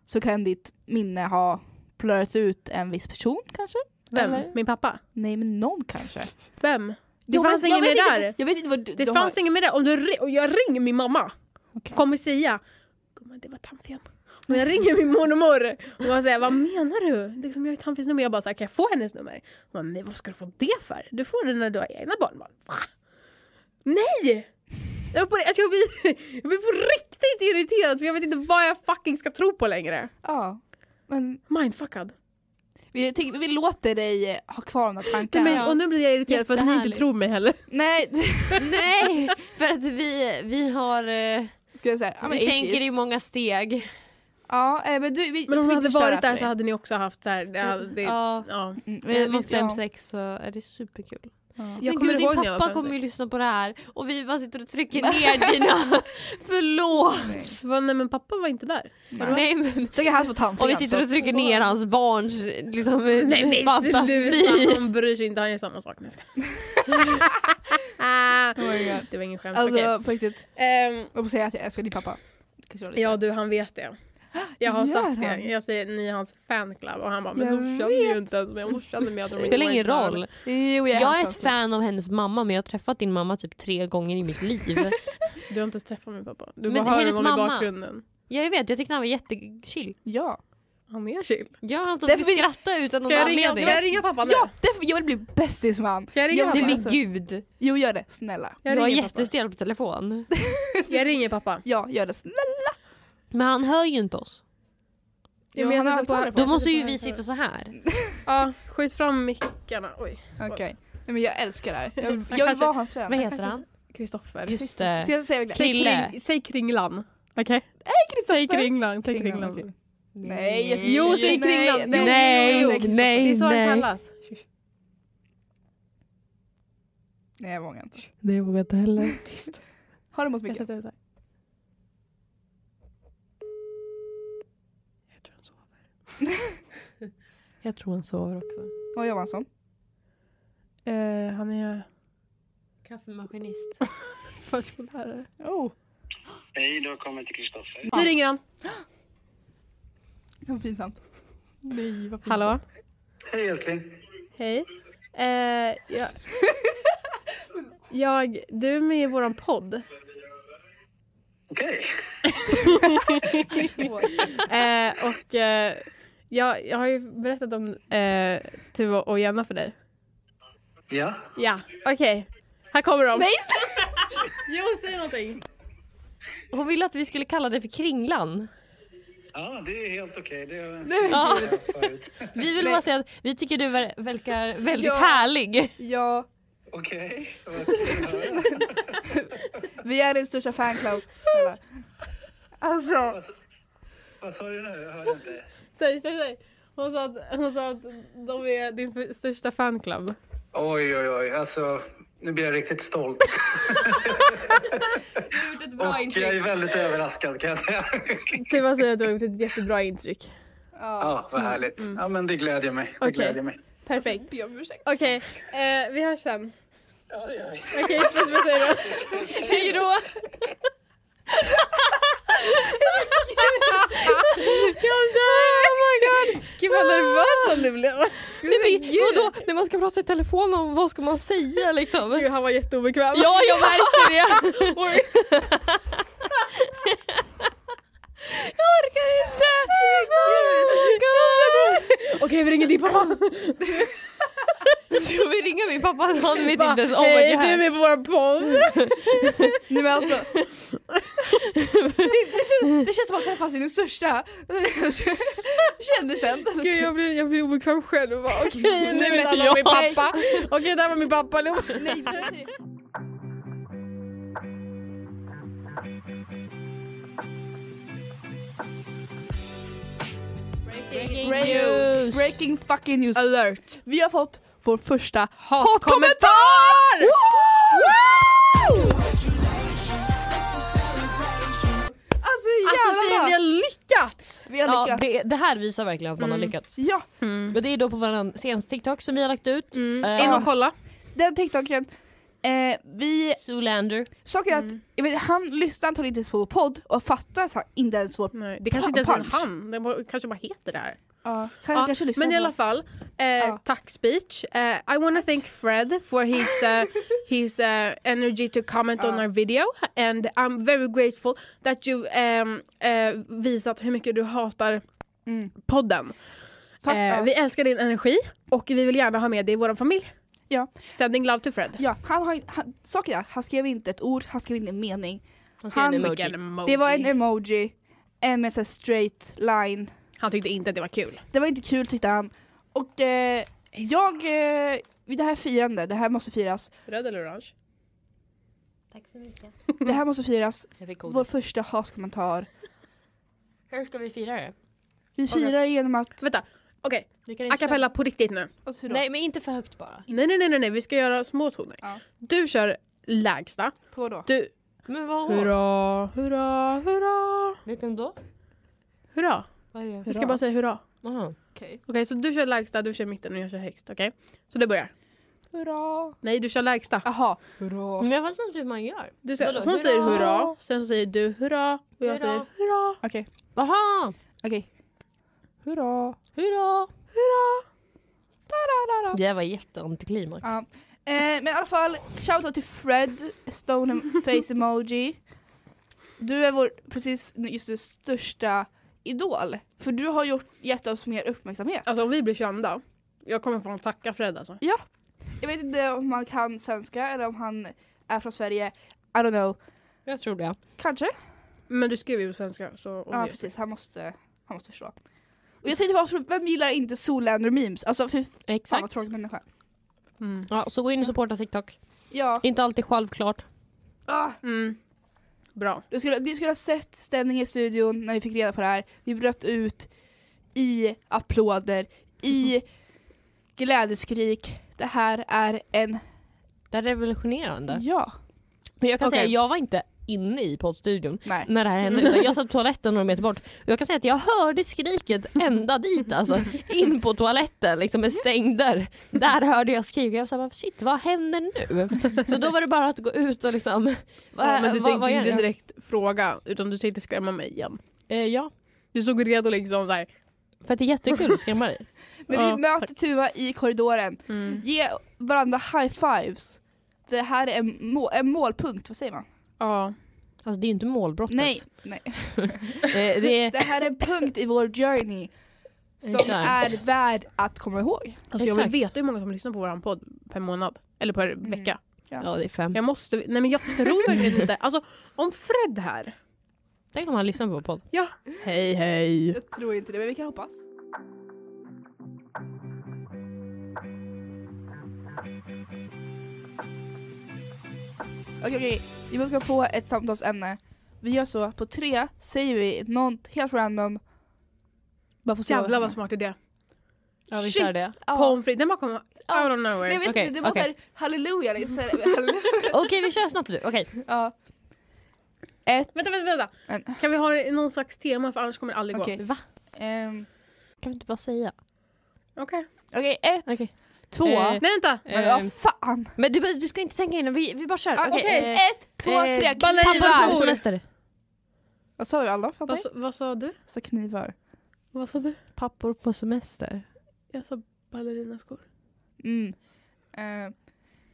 S2: så kan ditt minne ha plöjt ut en viss person kanske?
S3: Vem?
S1: Eller?
S3: Min pappa?
S2: Nej men någon kanske.
S3: Vem? Det
S2: Jag
S3: fanns
S2: vet- jag
S3: ingen mer
S2: vet inte-
S3: där.
S2: Jag vet inte vad du,
S3: Det
S2: de
S3: fanns
S2: har,
S3: ingen med det. Om du ri- och jag ringer min mamma,
S2: Okej.
S3: kommer säga Gumman det var tandfen. Om jag ringer min mormor och hon säger vad menar du? Liksom, jag har ju tandfens nummer. Jag bara så här, kan jag få hennes nummer? Hon bara, nej vad ska du få det för? Du får det när du har egna barn. Jag bara, Va? Nej! Jag, var på, alltså jag, blir, jag blir på riktigt irriterad för jag vet inte vad jag fucking ska tro på längre.
S2: Ja. Men
S3: Mindfuckad.
S2: vi, jag tänker- vi låter dig eh, ha kvar de här
S3: Nej,
S2: tankarna.
S3: men, och nu blir jag irriterad för att ni inte
S1: Jättehärligt.
S3: tror mig heller.
S2: Nej,
S1: Nej, för att vi, vi har... eh,
S2: ska jag säga. Ja, men
S1: vi tänker
S2: atheist.
S1: i många steg.
S2: Ja, eh, men du, vi,
S3: Men om
S2: vi
S3: hon hade varit där så hade Eh, ni också haft så här, det, hade- det,
S1: Ja.
S3: ja.
S2: Mm,
S1: Vi,
S2: vi,
S1: vi
S2: vi,
S1: fem,
S2: ja.
S1: sex så är det superkul.
S2: Ja.
S3: Jag
S1: men
S3: kommer
S1: gud,
S3: ihåg
S1: din
S3: när jag var
S1: pappa
S3: fem,
S1: kommer ju lyssna på det här och vi bara sitter och trycker ner dina... Förlåt!
S2: Nej.
S3: Va, nej men pappa var inte där.
S2: Nej.
S1: Nej, men,
S2: Så kan han få tandfen.
S1: och vi sitter och
S2: alltså.
S1: trycker ner hans barns liksom, fantasi.
S3: Du, han bryr sig inte, han gör samma sak. Nej, jag skojar.
S2: Oh my God.
S3: det var ingen skämt.
S2: Alltså
S3: Okej.
S2: på riktigt,
S3: Ehm,
S2: jag får säga att jag älskar din pappa. Kanske jag lite-
S3: ja du, han vet det. Jag har
S2: Gör
S3: sagt det.
S2: han?
S3: Jag säger ni är hans fanclub och han bara men
S2: Jag
S3: de känner ju inte ens mig. De känner mig att de
S1: Det spelar ingen roll.
S2: Jo, jag,
S1: Jag är
S2: hans
S1: ett
S2: pappa.
S1: fan av hennes mamma men jag har träffat din mamma typ tre gånger i mitt liv.
S3: Du har inte ens träffat min pappa. Du
S1: Men
S3: bara hör
S1: hennes
S3: honom i
S1: mamma.
S3: bakgrunden.
S1: Jag vet, jag tyckte han var jättechill.
S2: Ja.
S3: Han är chill.
S1: Ja, han stod och
S2: Därför vill-
S1: skrattade utan någon
S3: Ska jag ringa,
S1: anledning.
S3: ska jag ringa pappa nu?
S2: Ja, därför jag vill bli bästis med han.
S3: Ska jag ringa
S2: Ja,
S3: pappa?
S1: Nej men
S2: Alltså-
S1: gud!
S2: Jo, gör det. Snälla.
S1: Jag,
S3: Jag
S1: är
S3: ringer pappa.
S1: jättestel på telefon.
S3: Jag ringer pappa.
S2: Ja, gör det. Snälla.
S1: Men han hör ju inte oss.
S2: Jo,
S3: men jag
S2: han har
S3: sätter på-
S2: högtalare på.
S1: Då
S3: Jag
S1: måste
S3: sätter
S1: ju
S3: på
S1: vi
S3: här.
S1: sitta så här.
S3: Ja, skjut fram mickarna. Oj.
S2: Okej. Nej, men jag älskar det här. Jag, eh,
S3: Han
S2: jag vill
S3: kanske-
S2: vara hans vän.
S1: Vad heter
S3: kanske-
S1: han?
S3: Kristoffer.
S1: Just
S2: Ska
S1: det.
S2: jag säga det?
S1: Säg Krille.
S3: Säg, säg kringlan. Okej? Säg kringlan. Säg kringlan.
S2: Kringlan, okej. Nej, jag-
S3: Jo, säg
S2: Nej,
S3: kringlan.
S2: nej,
S1: Nej,
S2: jo,
S1: nej,
S2: säg Kristoffer.
S3: Det
S1: nej.
S3: är så han kallas.
S2: Nej, jag vågar inte.
S1: Nej, jag vågar inte heller.
S3: Tyst.
S2: Har du mot
S3: Jag
S2: mycket?
S3: sätter det så här. Jag tror han sover.
S1: Jag tror han sover också.
S2: Vad jobbar han som?
S3: Eh, han är
S1: Kaffemaskinist.
S3: förskollärare.
S2: Oh.
S4: Hej, du har kommit till Kristoffer.
S3: Nu ringer han.
S2: Vad pinsamt.
S1: Nej, vad
S3: Hallå?
S4: Hej älskling.
S3: Hej. Eh, jag... jag... Du är med i våran podd.
S4: Okej.
S3: Eh, och eh, jag, jag har ju berättat om eh, Tuva och Jenna för dig.
S4: Ja.
S3: Ja, okej. Här kommer de.
S2: Nej,
S3: Jo, säg någonting.
S1: Hon ville att vi skulle kalla det för Kringlan.
S4: Ja, det är helt okej. Det har
S2: Nej.
S4: jag
S1: Ja,
S4: haft förut.
S1: vi vill
S2: Nej.
S1: bara säga att vi tycker du ver- verkar väldigt
S2: Ja.
S1: härlig.
S2: Ja,
S4: Okej, vad kul att höra.
S2: vi är din största fanclub. Snälla. Alltså.
S4: Vad sa- Vad sa du nu? Jag hörde inte.
S3: Säg, säg, säg. Hon sa, att, hon sa att de är din f- största fanclub.
S4: Oj, oj, oj. Alltså, nu blir jag riktigt stolt.
S1: Du har gjort ett
S4: Och jag är väldigt överraskad kan jag säga.
S3: Tuva Typ säger att du har gjort ett jättebra intryck.
S2: Ja.
S4: Ja, vad härligt. Ja, men det glädjer mig. Det
S3: Okej.
S4: glädjer mig.
S3: Perfekt.
S2: Be om ursäkt.
S3: Okej, eh, vi hörs sen.
S4: Ja, det gör vi.
S3: Okej, puss puss hej då.
S1: Hej då!
S3: Jag dör! Oh my god! Gud vad nervös han nu blev.
S1: Nej, men, vadå? När man ska prata i telefon om vad ska man säga liksom?
S3: Gud, han var jätteobekväm.
S1: Ja, jag märker det!
S3: Oj.
S1: Jag orkar inte!
S3: Okej, vi ringer din pappa.
S1: Ska vi ringa min pappa? Han vet inte ens om att
S3: Hej,
S1: jag
S3: du
S1: är
S3: är
S1: här.
S3: med på vår podd.
S2: Nej men alltså. Det, det, känns, det känns som att jag fast i den största kändisen.
S3: Gud, jag blir, jag blir obekväm själv. och bara, Okej, nu vet
S2: Nej, men
S3: alla om min
S2: jag-
S3: pappa. Okej, där var min pappa. Nu.
S2: Nej, nej, nej. Breaking fucking news.
S3: Alert.
S2: Vi har fått vår första
S3: Hatkommentar!
S2: Alltså
S3: Alltså tjejer,
S2: jävla
S3: vi
S2: bra!
S3: har lyckats!
S2: Vi har
S1: Ja,
S2: lyckats.
S1: det, det här visar verkligen att man har lyckats.
S2: Ja,
S1: Och det är då på vår senaste TikTok som vi har lagt ut. Eh,
S3: In och kolla.
S2: den TikToken Eh, vi,
S1: Zoolander.
S2: saken är att
S3: Mm.
S2: jag vet, han lyssnar antagligen inte ens på vår podd och fattar så- inte ens vår...
S3: Nej, det kanske inte ens är en
S2: Punch.
S3: han, det bara- kanske bara heter det här.
S2: Ja, kanske,
S3: Ja,
S2: kanske lyssnar
S3: men i
S2: på-
S3: alla fall, eh,
S2: Ja.
S3: tack speech. Eh, I wanna thank Fred for his, uh, his uh, energy to comment on
S2: Ja.
S3: our video and I'm very grateful that you um, eh, visat hur mycket du hatar
S2: Mm.
S3: podden.
S2: Så, ja.
S3: Eh, vi älskar din energi och vi vill gärna ha med dig i vår familj.
S2: Ja.
S3: Sending love to Fred.
S2: Ja, han har ju- han, saken är, han skrev inte ett ord, han skrev inte en mening.
S1: Han skrev
S2: Han-
S1: en emoji.
S3: Vilken emoji.
S2: Det var en emoji, en med så här straight line.
S3: Han tyckte inte att det var kul.
S2: Det var inte kul tyckte han. Och eh, jag, eh, vid det här firande, det här måste firas.
S3: Röd eller orange?
S1: Tack så mycket.
S2: Det här måste firas.
S1: Jag fick
S2: Vår
S1: godis.
S2: första hatkommentar.
S1: Hur ska vi fira det?
S2: Vi
S3: Okej.
S2: firar genom att...
S3: Vänta, okej.
S1: Vi kan
S3: A
S1: inte
S3: cappella på riktigt nu.
S2: alltså,
S1: köra-
S2: hur då?
S1: Nej men inte för högt bara.
S3: Nej, nej, nej, nej, nej. vi ska göra små toner.
S2: Ja.
S3: Du kör lägsta.
S2: På vad då?
S3: Du,
S1: Men vad?
S3: hurra, hurra, hurra,
S1: Vilken då?
S3: hurra.
S1: Vad är det?
S3: Jag ska bara säga hurra.
S1: Aha.
S2: Okej.
S3: Okej, så du kör lägsta, du kör mitten och jag kör högst. Okej? Så det börjar.
S2: Hurra.
S3: Nej, du kör lägsta.
S2: Jaha. Hurra.
S1: Men jag fattar inte hur typ man gör.
S3: Du säger,
S1: vadå?
S3: hon säger
S1: Hurra.
S3: hurra, sen så säger du hurra och jag
S1: Hurra.
S3: säger hurra.
S2: Okej.
S1: Jaha!
S2: Okej. Hurra.
S1: Hurra!
S2: Hurra. Ta-da-da-da.
S1: Det var jätteantiklimax.
S2: Ja. Eh, men i alla fall, shoutout till Fred, stone face emoji. Du är vår precis nu- just nu största idol. För du har gjort, gett oss mer uppmärksamhet.
S3: Alltså om vi blir kända, jag kommer få tacka Fred alltså.
S2: Jag vet inte om man kan svenska eller om han är från Sverige. I don't know.
S1: Jag tror det.
S2: Kanske?
S3: Men du skriver ju på svenska så... och
S2: ja
S3: vi-
S2: precis, han måste, han måste förstå. Och jag tänkte också, vem gillar inte Solander memes? Alltså fy fan vad
S1: Exakt.
S2: tråkig människa.
S3: Mm.
S1: Ja, så gå in och supporta TikTok.
S2: Ja.
S1: Inte alltid självklart.
S2: Ah,
S3: Mm. Bra.
S2: du, skulle, ni skulle ha sett stämningen i studion när vi fick reda på det här. Vi bröt ut i applåder, i glädjeskrik. Det här är en...
S1: Det är revolutionerande.
S2: Ja.
S1: Men jag kan
S3: Mm. Okej. Mm.
S1: säga, jag var inte inne i poddstudion
S2: Nej.
S1: när det här hände utan jag satt på toaletten några meter bort. Och jag kan säga att jag hörde skriket ända dit alltså. In på toaletten liksom med stängd dörr. Där hörde jag skrik och jag sa bara, shit vad händer nu? Så då var det bara att gå ut och liksom. vad-
S3: Ja, men du
S1: vad-
S3: tänkte
S1: vad gör
S3: inte
S1: jag?
S3: direkt fråga utan du tänkte skrämma mig igen.
S1: Eh, ja,
S3: Du stod redo liksom såhär.
S1: för att det är jättekul att skrämma dig.
S2: Men vi
S3: Ja,
S2: möter Tuva i korridoren.
S1: Mm.
S2: Ge varandra high fives. Det här är en, må- en målpunkt, vad säger man?
S3: Ja.
S1: Alltså det är ju inte målbrottet.
S2: Nej, nej.
S1: Eh, det är,
S2: Det här är en punkt i vår journey som
S1: Exakt.
S2: är värd att komma ihåg.
S3: Alltså jag
S1: Exakt. Mm.
S3: vill veta hur många som lyssnar på vår podd per månad. Eller per vecka.
S1: ja det är fem.
S3: Jag måste, nej men jag tror verkligen inte. Alltså om Fred här.
S1: Tänk om han lyssnar på vår podd.
S3: Hej hej.
S2: Jag tror inte det, men vi kan hoppas. Okej, okej. Vi måste få ett samtalsämne. Vi gör så, på tre säger vi något helt random. Bara för att se
S3: Jävlar vad
S2: händer.
S3: smart idé.
S1: Ja vi
S3: Shit.
S1: kör det.
S2: Ja.
S3: Pommes frites, den bara kom out
S2: Ja.
S3: of nowhere.
S2: Nej, jag vet
S1: Okej,
S2: inte, det var
S1: okej.
S2: såhär halleluja. liksom, såhär, hallelu-
S1: Okej vi kör snabbt nu. Okej.
S2: ja. Ett.
S3: Vänta, vänta,
S2: En.
S3: vänta. Kan vi ha någon slags tema för annars kommer det aldrig
S2: Okej.
S3: gå.
S1: Va?
S2: ehm,
S1: Kan vi inte bara säga?
S3: Okej.
S2: Okej, ett,
S1: Okej.
S2: två.
S1: Eh,
S3: Nej vänta.
S2: Men
S1: Ehm,
S2: vad fan!
S1: Men du, du ska inte tänka in vi, vi bara kör.
S2: Ah,
S1: Okej,
S2: okej.
S1: eh,
S2: Ett, två,
S1: eh,
S2: tre.
S3: ballerina.
S2: Knivar.
S1: Papper,
S3: Papper.
S1: semester.
S2: Vad sa vi alla? Fattar
S3: Vad, sa- vad sa du?
S2: Så knivar.
S3: Vad sa du?
S1: Pappor på semester.
S3: Jag sa ballerinaskor.
S2: Mm. Eh,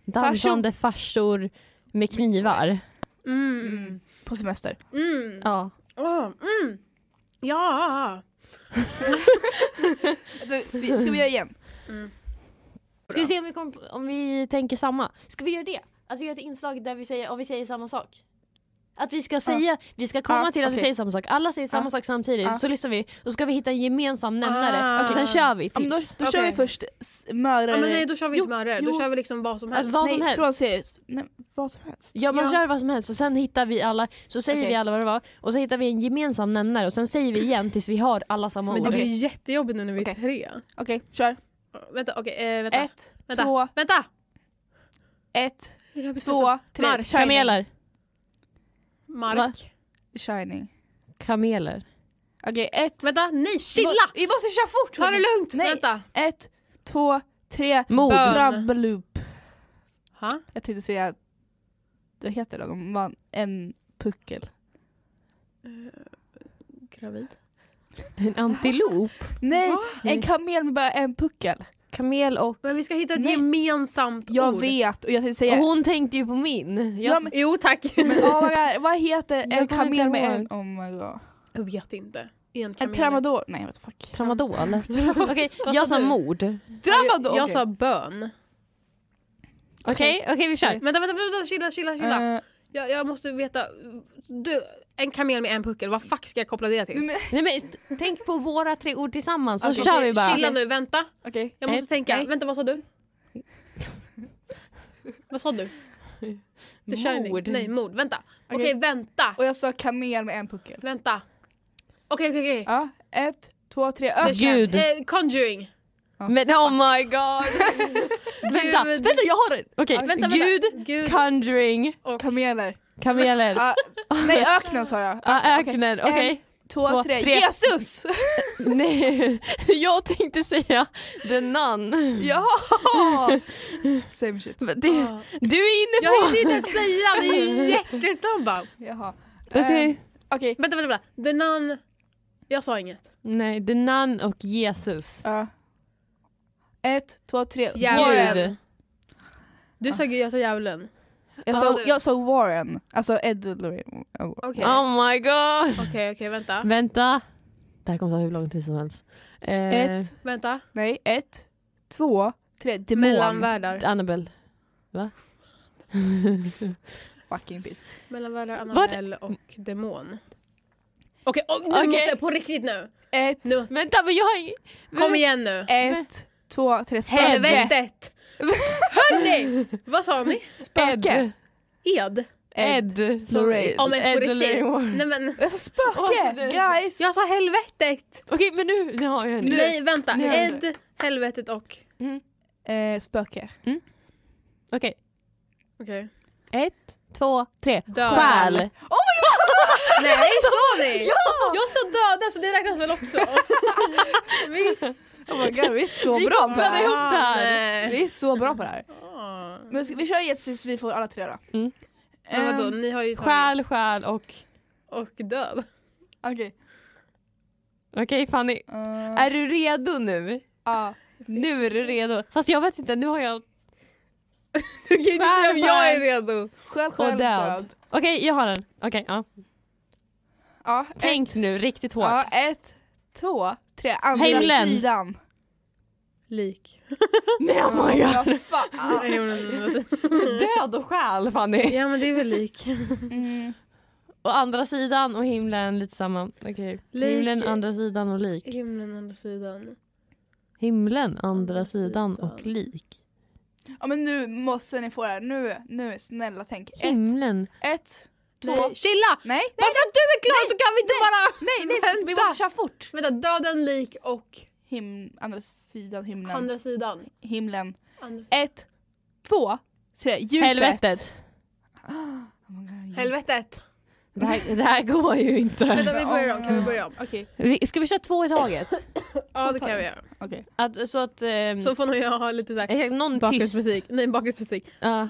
S1: Dansande farsor med knivar.
S3: Mm.
S2: Mm.
S3: Mm.
S2: på semester.
S3: mm.
S1: Ja.
S3: Åh, mm. Ja!
S2: Du, vi- Ska vi göra igen?
S1: Ska vi se om vi, kom, om vi tänker samma? Ska vi göra det? Att vi gör ett inslag där vi säger, om vi säger samma sak? Att vi ska säga, vi ska komma
S2: Ja,
S1: till att vi
S2: okej.
S1: säger samma sak. Alla säger samma
S2: Ja.
S1: sak samtidigt,
S2: Ja.
S1: så lyssnar vi och ska vi hitta en gemensam nämnare.
S3: Ah.
S1: Och sen kör vi
S2: Ja, men
S1: tills.
S2: då då kör
S3: Okej.
S2: vi först s- mördare.
S3: Ja, men nej, då kör vi
S2: Jo,
S3: inte mördare.
S2: jo.
S3: Då kör vi liksom vad som helst.
S1: Alltså, vad som
S2: nej,
S1: helst.
S2: förlåt, seriöst. nej, vad som helst.
S1: Ja man
S3: Ja.
S1: kör vad som helst och sen hittar vi alla, så säger
S2: Okej.
S1: vi alla vad det var och så hittar vi en gemensam nämnare och sen säger vi igen tills vi har alla samma
S3: Men
S1: ord.
S3: det blir
S2: Okej.
S3: ju jättejobbigt nu när vi är
S2: Okej.
S3: tre.
S2: Okej, kör.
S3: Äh, Vänta, okej, eh, vänta.
S2: Ett,
S3: vänta.
S2: två,
S3: Vänta!
S2: ett,
S3: Jag blir stressad.
S2: två, tre.
S3: Mark,
S2: Shining.
S1: Kameler.
S3: Mark.
S1: Va?
S2: Shining.
S1: Kameler.
S2: Okej, ett.
S3: Vänta, nej, chilla!
S2: Vi måste köra fort!
S3: Ta det lugnt!
S2: Nej.
S3: Vänta.
S2: Ett, två, tre.
S1: Mod.
S3: Bön.
S2: Drabbeloop.
S3: Ha?
S2: Jag tänkte säga, vad heter det? De var en puckel.
S3: Eh, gravid.
S1: En antilop?
S2: Nej,
S3: Va?
S2: en kamel med bara en puckel.
S1: Kamel och...
S3: Men vi ska hitta ett
S2: Nej.
S3: gemensamt
S2: Jag
S3: ord.
S2: vet och jag tänkte säga,
S1: och hon tänkte ju på min. Jag,
S2: Ja, men-
S3: Jo tack.
S2: men, oh my God, vad heter en
S1: Jag kommer
S2: kamel
S1: inte
S2: med en...
S1: ihåg.
S2: Oh my god.
S3: jag vet inte. En
S2: En
S3: kamel.
S2: tramadol? Nej what the fuck.
S1: Tramadol? Okej,
S3: Vad
S1: jag
S3: sa
S1: sa
S3: du?
S1: mord.
S2: Tramadol!
S3: Jag, jag sa bön.
S1: Okej, okej vi kör.
S3: Vänta, vänta, vänta, chilla, chilla, chilla.
S2: Eh,
S3: Jag, jag måste veta. Du, en kamel med en puckel, vad fuck ska jag koppla det till?
S2: men-
S1: Nej, men, t- tänk på våra tre ord tillsammans så
S3: Alltså,
S2: Okej,
S1: kör vi bara.
S3: Chilla nu, vänta.
S2: Okej.
S3: Jag måste
S1: Ett,
S3: tänka.
S1: nej.
S3: Vänta, vad sa du? vad sa du? Förtjäning.
S1: Mord.
S3: Nej, mord. Vänta. Okej,
S2: Okej.
S3: vänta.
S2: Och jag sa kamel med en puckel.
S3: Vänta. Okej, okej, okej.
S2: Ja, ett, två, tre,
S3: Nu
S2: öl.
S3: kör vi.
S1: Gud.
S3: Eh, conjuring.
S1: Men oh my god. vänta,
S3: Gud.
S1: vänta jag har det. Okej,
S3: Vänta, vänta.
S1: gud,
S3: Gud.
S1: conjuring,
S2: Kameler.
S1: kameler,
S2: Ja, nej öknen sa jag.
S1: ah,
S2: Okej.
S1: öknen, okej.
S2: Två,
S1: Två,
S2: tre.
S1: tre. Mm.
S2: Jesus!
S1: Nej, jag tänkte säga the nun.
S2: ja! Same shit.
S1: Men Det,
S3: Ah.
S1: du är inne
S3: Jag
S1: på...
S3: hinner inte ens säga, ni är ju jättesnabba.
S2: Jaha.
S1: Okej.
S2: Eh, Okej.
S3: Vänta, vänta, vänta. The Nun. Jag sa inget.
S1: Nej, the nun och Jesus.
S2: ja. Uh, Ett, två, tre.
S3: Djävulen.
S1: Gud.
S3: Du sa, jag sa djävulen.
S2: Jag sa, jag sa Warren. Alltså Edward Lorraine.
S3: Okej, Ah.
S1: Oh my god.
S3: okej, okej, vänta.
S1: Vänta. Det här kommer ta hur lång tid som helst. Eh,
S2: Ett,
S3: Vänta.
S2: nej ett, två, tre. Demon.
S3: Mellanvärldar.
S1: Eh, Annabelle. Va?
S2: Fucking piss.
S3: Mellanvärldar,
S1: Vad-
S3: Annabelle och demon. Okej, åh, nu
S1: Okej.
S3: måste jag på riktigt nu.
S2: Ett,
S3: nu.
S1: Vänta men jag har ing-
S3: Kom igen nu.
S2: ett, två, tre. Spöke.
S3: Helvetet! Hörni! Vad sa ni?
S2: Spöke.
S3: Ed?
S1: Ed. Ed. som-
S2: Lorraine.
S3: Ja men
S1: Ed
S3: på riktigt.
S1: Lorraine.
S3: Nej men.
S2: Jag sa
S1: Åh,
S2: spöke!
S1: det-
S2: Guys!
S3: Jag sa helvetet!
S1: Okej men nu, nu har jag henne.
S3: Nej vänta.
S2: Nu.
S3: Ed, helvetet och...
S2: Eh, spöke.
S1: Okej.
S3: Okej.
S1: Ett, två, tre.
S3: Död.
S1: Själ.
S3: Nej sa ni? Jag sa döda så det räknas väl också? Visst.
S2: Oh my god, vi är så
S1: Vi
S2: bra på det
S1: kopplade
S2: här.
S1: ihop. det här.
S3: Nej.
S2: Vi är så bra på det här.
S3: Ah.
S2: Men ska vi kör ett tills vi får alla tre då.
S1: Mm.
S3: Men vadå,
S2: Ehm,
S3: ni har ju tagit...
S1: Själ, själ och...
S3: och död.
S2: Okej.
S1: Okej Fanny.
S2: Ehm,
S1: Är du redo nu?
S2: ja.
S1: Nu är du redo. Fast jag vet inte, nu har jag...
S3: Du kan ju inte säga om
S1: Själ,
S3: jag är
S1: själ.
S3: redo.
S2: Själv,
S1: Och
S2: själv,
S1: död.
S2: död.
S1: Okej, jag har den. Okej, ja.
S2: Ja, ett,
S1: Tänk nu riktigt hårt.
S2: ja, ett, två, tre. Andra
S1: Himlen.
S2: sidan.
S3: Lik.
S1: Nej oh my god.
S2: Ja, fan.
S1: Död och själ Fanny.
S3: Ja men det är väl lik.
S2: Mm.
S1: Och andra sidan och himlen lite samma. Okej.
S3: Lik-
S1: Himlen, andra sidan och lik.
S3: Himlen andra sidan.
S1: Himlen, andra
S3: Andra
S1: sidan och
S3: sidan.
S1: lik.
S2: Ja men nu måste ni få det här. Nu, nu snälla tänk. Ett,
S1: Himlen.
S2: ett, två.
S3: Nej, chilla!
S2: Nej, nej,
S3: Varför att du är klar så kan vi inte bara...
S2: nej, nej vi måste köra fort.
S3: Vänta, döden, lik och
S2: Him, andra sidan himlen.
S3: andra sidan.
S2: Himlen.
S3: Andra sidan.
S2: Ett, två, tre. Ljuset.
S1: Helvetet.
S2: Oh my God.
S3: Helvetet.
S1: Det här, det här går ju inte.
S3: Vänta vi börjar om, kan
S2: Ehm.
S3: vi börja om?
S2: Okej,
S1: Vi- Ska vi köra två i taget?
S3: Ja det kan vi göra.
S2: okej.
S1: Att, så att... ehm,
S3: Så får nog jag ha lite såhär
S1: eh,
S2: Ehm,
S1: någon
S3: bakgrundsmusik.
S1: tyst.
S3: Nej bakgrundsmusik.
S1: Ja.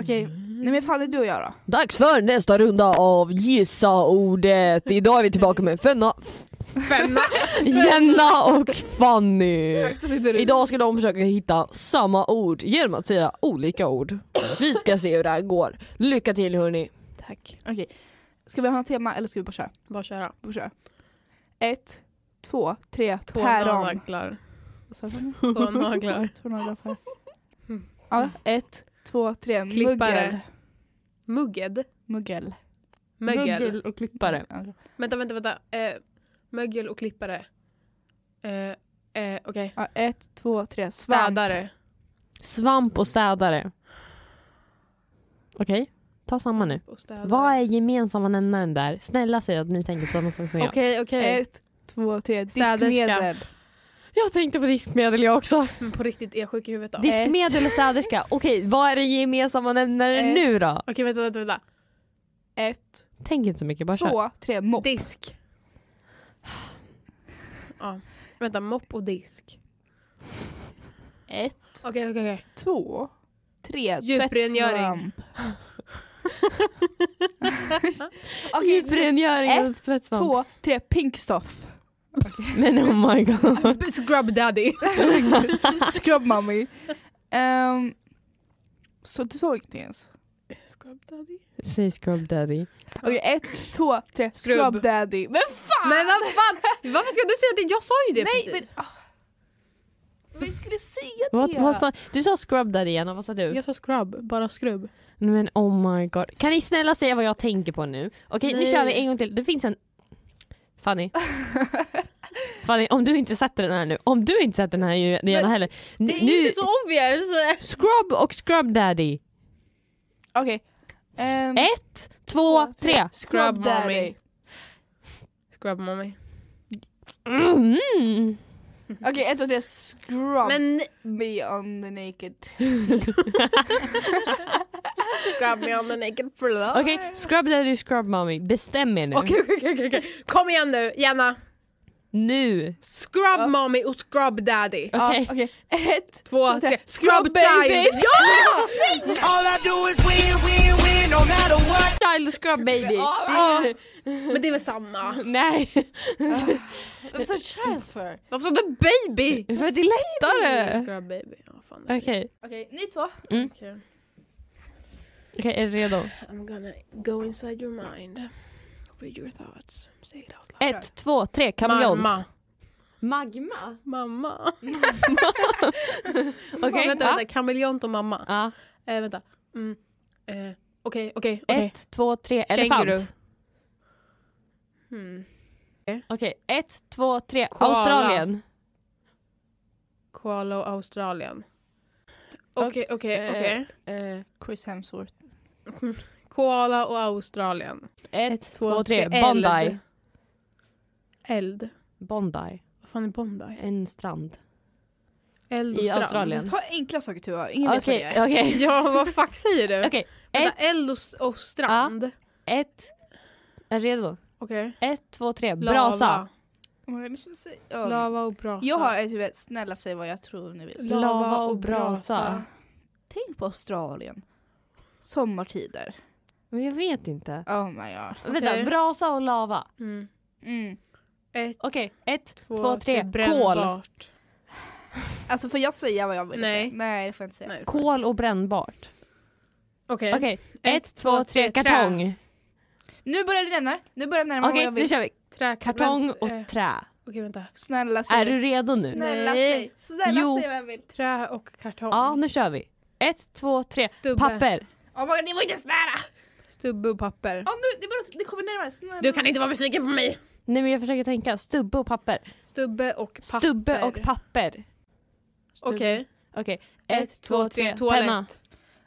S2: Okej, nej men fan det är du och jag då.
S5: Dags för nästa runda av Gissa ordet. Idag är vi tillbaka med Fenna,
S3: Femma.
S5: Jenna och Fanny.
S2: Idag.
S5: Idag ska de försöka hitta samma ord genom att säga olika ord. Vi ska se hur det här går. Lycka till hörni.
S3: Tack.
S2: Okej. Ska vi ha något tema eller ska vi bara köra?
S3: Bara köra.
S2: Bara köra. Ett, två, tre, päron.
S3: Tånaglar.
S2: Vad sa du?
S3: Tånaglar.
S2: Tornado, päron.
S3: Mm.
S2: Ja, ett, två, tre,
S3: Klippare.
S2: muggel.
S3: Mugged.
S2: Muggel.
S3: Mögel.
S1: och klippare.
S2: Ja,
S3: Vänta, vänta, vänta. Eh, mögel och klippare. Eh, eh, Okej.
S2: Ja, ett, två, tre, svamp.
S3: Städare.
S1: Svamp och städare. Okej, ta samma nu.
S3: Och städare.
S1: Vad är gemensamma nämnaren där? Snälla säg att ni tänker på samma sak som jag.
S3: Okej, okej.
S2: Ett, två, tre,
S3: Städerska.
S2: diskmedel.
S1: Jag tänkte på diskmedel jag också.
S3: Men Mm, på riktigt, är jag sjuk i huvudet då?
S1: Ja. Diskmedel och städerska. Okej, vad är den gemensamma nämnaren
S2: Eh.
S1: nu då?
S3: Okej, vänta, vänta, vänta.
S2: Ett,
S1: Tänk inte så mycket, bara kör.
S2: två, tre, mopp.
S3: Disk. Ja. Vänta, mopp och disk.
S2: Ett,
S3: Okej, okej, okej.
S2: två, Tre,
S3: Djuprengöring.
S2: tvättsvamp. Okej,
S1: Djuprengöring
S2: ett,
S1: och tvättsvamp.
S2: två, tre, pink stuff.
S1: Men oh my god.
S3: Scrub daddy.
S2: Scrub mommy. Ehm, så du såg inte ens?
S3: Scrub daddy.
S1: Säg scrub daddy.
S2: Okej, ett, två, tre, scrub,
S3: Scrub.
S2: daddy. Men fan!
S3: Men vad fan, varför ska du säga det? Jag sa ju det
S2: Nej
S3: precis.
S2: men... ah. Vi skulle säga
S1: Vad,
S2: det!
S1: vad sa, du sa scrub daddy igen och vad sa du?
S3: Jag sa scrub, bara scrub.
S1: Men oh my god. Kan ni snälla säga vad jag tänker på nu? Okej nu
S3: Nej.
S1: kör vi en gång till. Det finns en... Fanny. Fanny om du inte sätter den här nu. Om du inte sätter den här igen
S3: Men
S1: heller.
S3: Det är
S1: nu,
S3: inte så obvious.
S1: Scrub och scrub daddy.
S2: Okej. Ehm,
S1: Ett, två, tre.
S3: Scrub mommy. Scrub mommy.
S1: Mm.
S2: Okej, ett, två, tre, scrub
S3: Men
S2: me on the naked.
S3: scrub me on the naked floor.
S1: Okej, scrub daddy, scrub mommy. Bestäm er nu.
S3: Ah. Okej, okej, okej, okej. Kom igen nu, Jenna.
S1: Nu.
S3: Scrub mommy och scrub daddy.
S2: Ja,
S1: Okej.
S2: Ah, Okej, ett,
S3: Två, tre.
S2: scrub
S3: Scrub
S2: baby!
S3: child.
S6: All I do is win, win, win, no matter what.
S1: Child scrub baby.
S3: Ja, men det är väl samma.
S1: Nej.
S2: Varför sa child för?
S3: Varför sa du baby?
S1: För att det är lättare.
S3: Scrub baby. Ja, fan. det är
S1: Mm. Okej,
S3: det.
S2: Okej, ni två.
S3: Okej.
S1: Okej, är du redo?
S3: I'm gonna go inside your mind. Read your thoughts. Say it out
S2: Kör.
S1: Ett, två, tre, kameleont.
S3: Mamma.
S1: Magma?
S3: Mamma.
S1: Okej.
S3: vänta,
S1: ja.
S3: vänta. Kameleont och mamma.
S1: Ja.
S3: Eh, vänta. Mm. Eh, Okej, okej, okej.
S1: Ett, två, tre,
S3: Känguru.
S1: elefant.
S3: Hmm.
S1: Okej, ett, två, tre,
S3: Koala.
S1: Australien.
S3: Koala och Australien. Okej, okej,
S1: eh,
S3: okej.
S1: Eh,
S2: Chris Hemsworth.
S3: Koala och Australien.
S1: ett, två, tre, Bondi.
S3: Eld. Eld.
S1: Bondi,
S3: Vad fan är Bondi?
S1: en strand.
S3: Eld och
S1: I
S3: strand.
S1: Australien.
S2: Ta enkla saker Tuva, ingen vet vad det
S1: Okej,
S2: är.
S1: okej.
S3: Ja, vad fuck säger du?
S1: Okej,
S3: Vänta,
S1: ett,
S3: eld och, s- och strand.
S1: ett. Är du redo?
S3: Okej.
S1: Ett, två, tre,
S3: Lava.
S1: brasa.
S2: Om jag måste säga- ja.
S3: Lava och brasa.
S2: Jag har ett huvud, snälla säg vad jag tror ni vill.
S3: Lava
S1: Lava och
S3: och
S1: brasa.
S3: brasa.
S2: Tänk på Australien. Sommartider.
S1: Men jag vet inte.
S2: Oh my god.
S1: Vänta, brasa och lava.
S3: Mm.
S2: Mm.
S3: Ett,
S1: Okej, ett, två, tre, kol.
S3: brännbart.
S2: Alltså får jag säga vad jag vill
S3: Nej.
S2: säga? Nej, det får jag inte säga.
S3: Nej.
S1: Kol och brännbart.
S3: Okej.
S1: Okej, ett, två, tre,
S3: trä.
S1: kartong.
S2: Nu börjar det närma, nu börjar det närma vad
S1: Okej,
S2: jag
S1: nu
S2: vill.
S1: kör vi.
S3: Trä-
S1: Kartong
S3: men, eh,
S1: och trä.
S3: Okej, vänta.
S2: Snälla säg.
S1: Är du redo nu?
S2: Snälla
S3: Nej.
S2: säg. Snälla
S1: Jo.
S2: säg vad jag vill.
S3: Trä och kartong.
S1: Ja, nu kör vi. Ett, två, tre.
S3: Stubbe.
S1: Papper.
S2: Oh my god, ni var inte snära!
S3: Stubbe och papper.
S2: Oh, nu, det, börjar, det kommer närmare. Snälla.
S3: Du kan inte vara besviken på mig!
S1: Nej men jag försöker tänka. Stubbe och papper.
S3: Stubbe och papper.
S1: Stubbe och papper.
S3: Okej.
S1: Okej. Ett, två, tre.
S3: Toalett.
S1: Penna.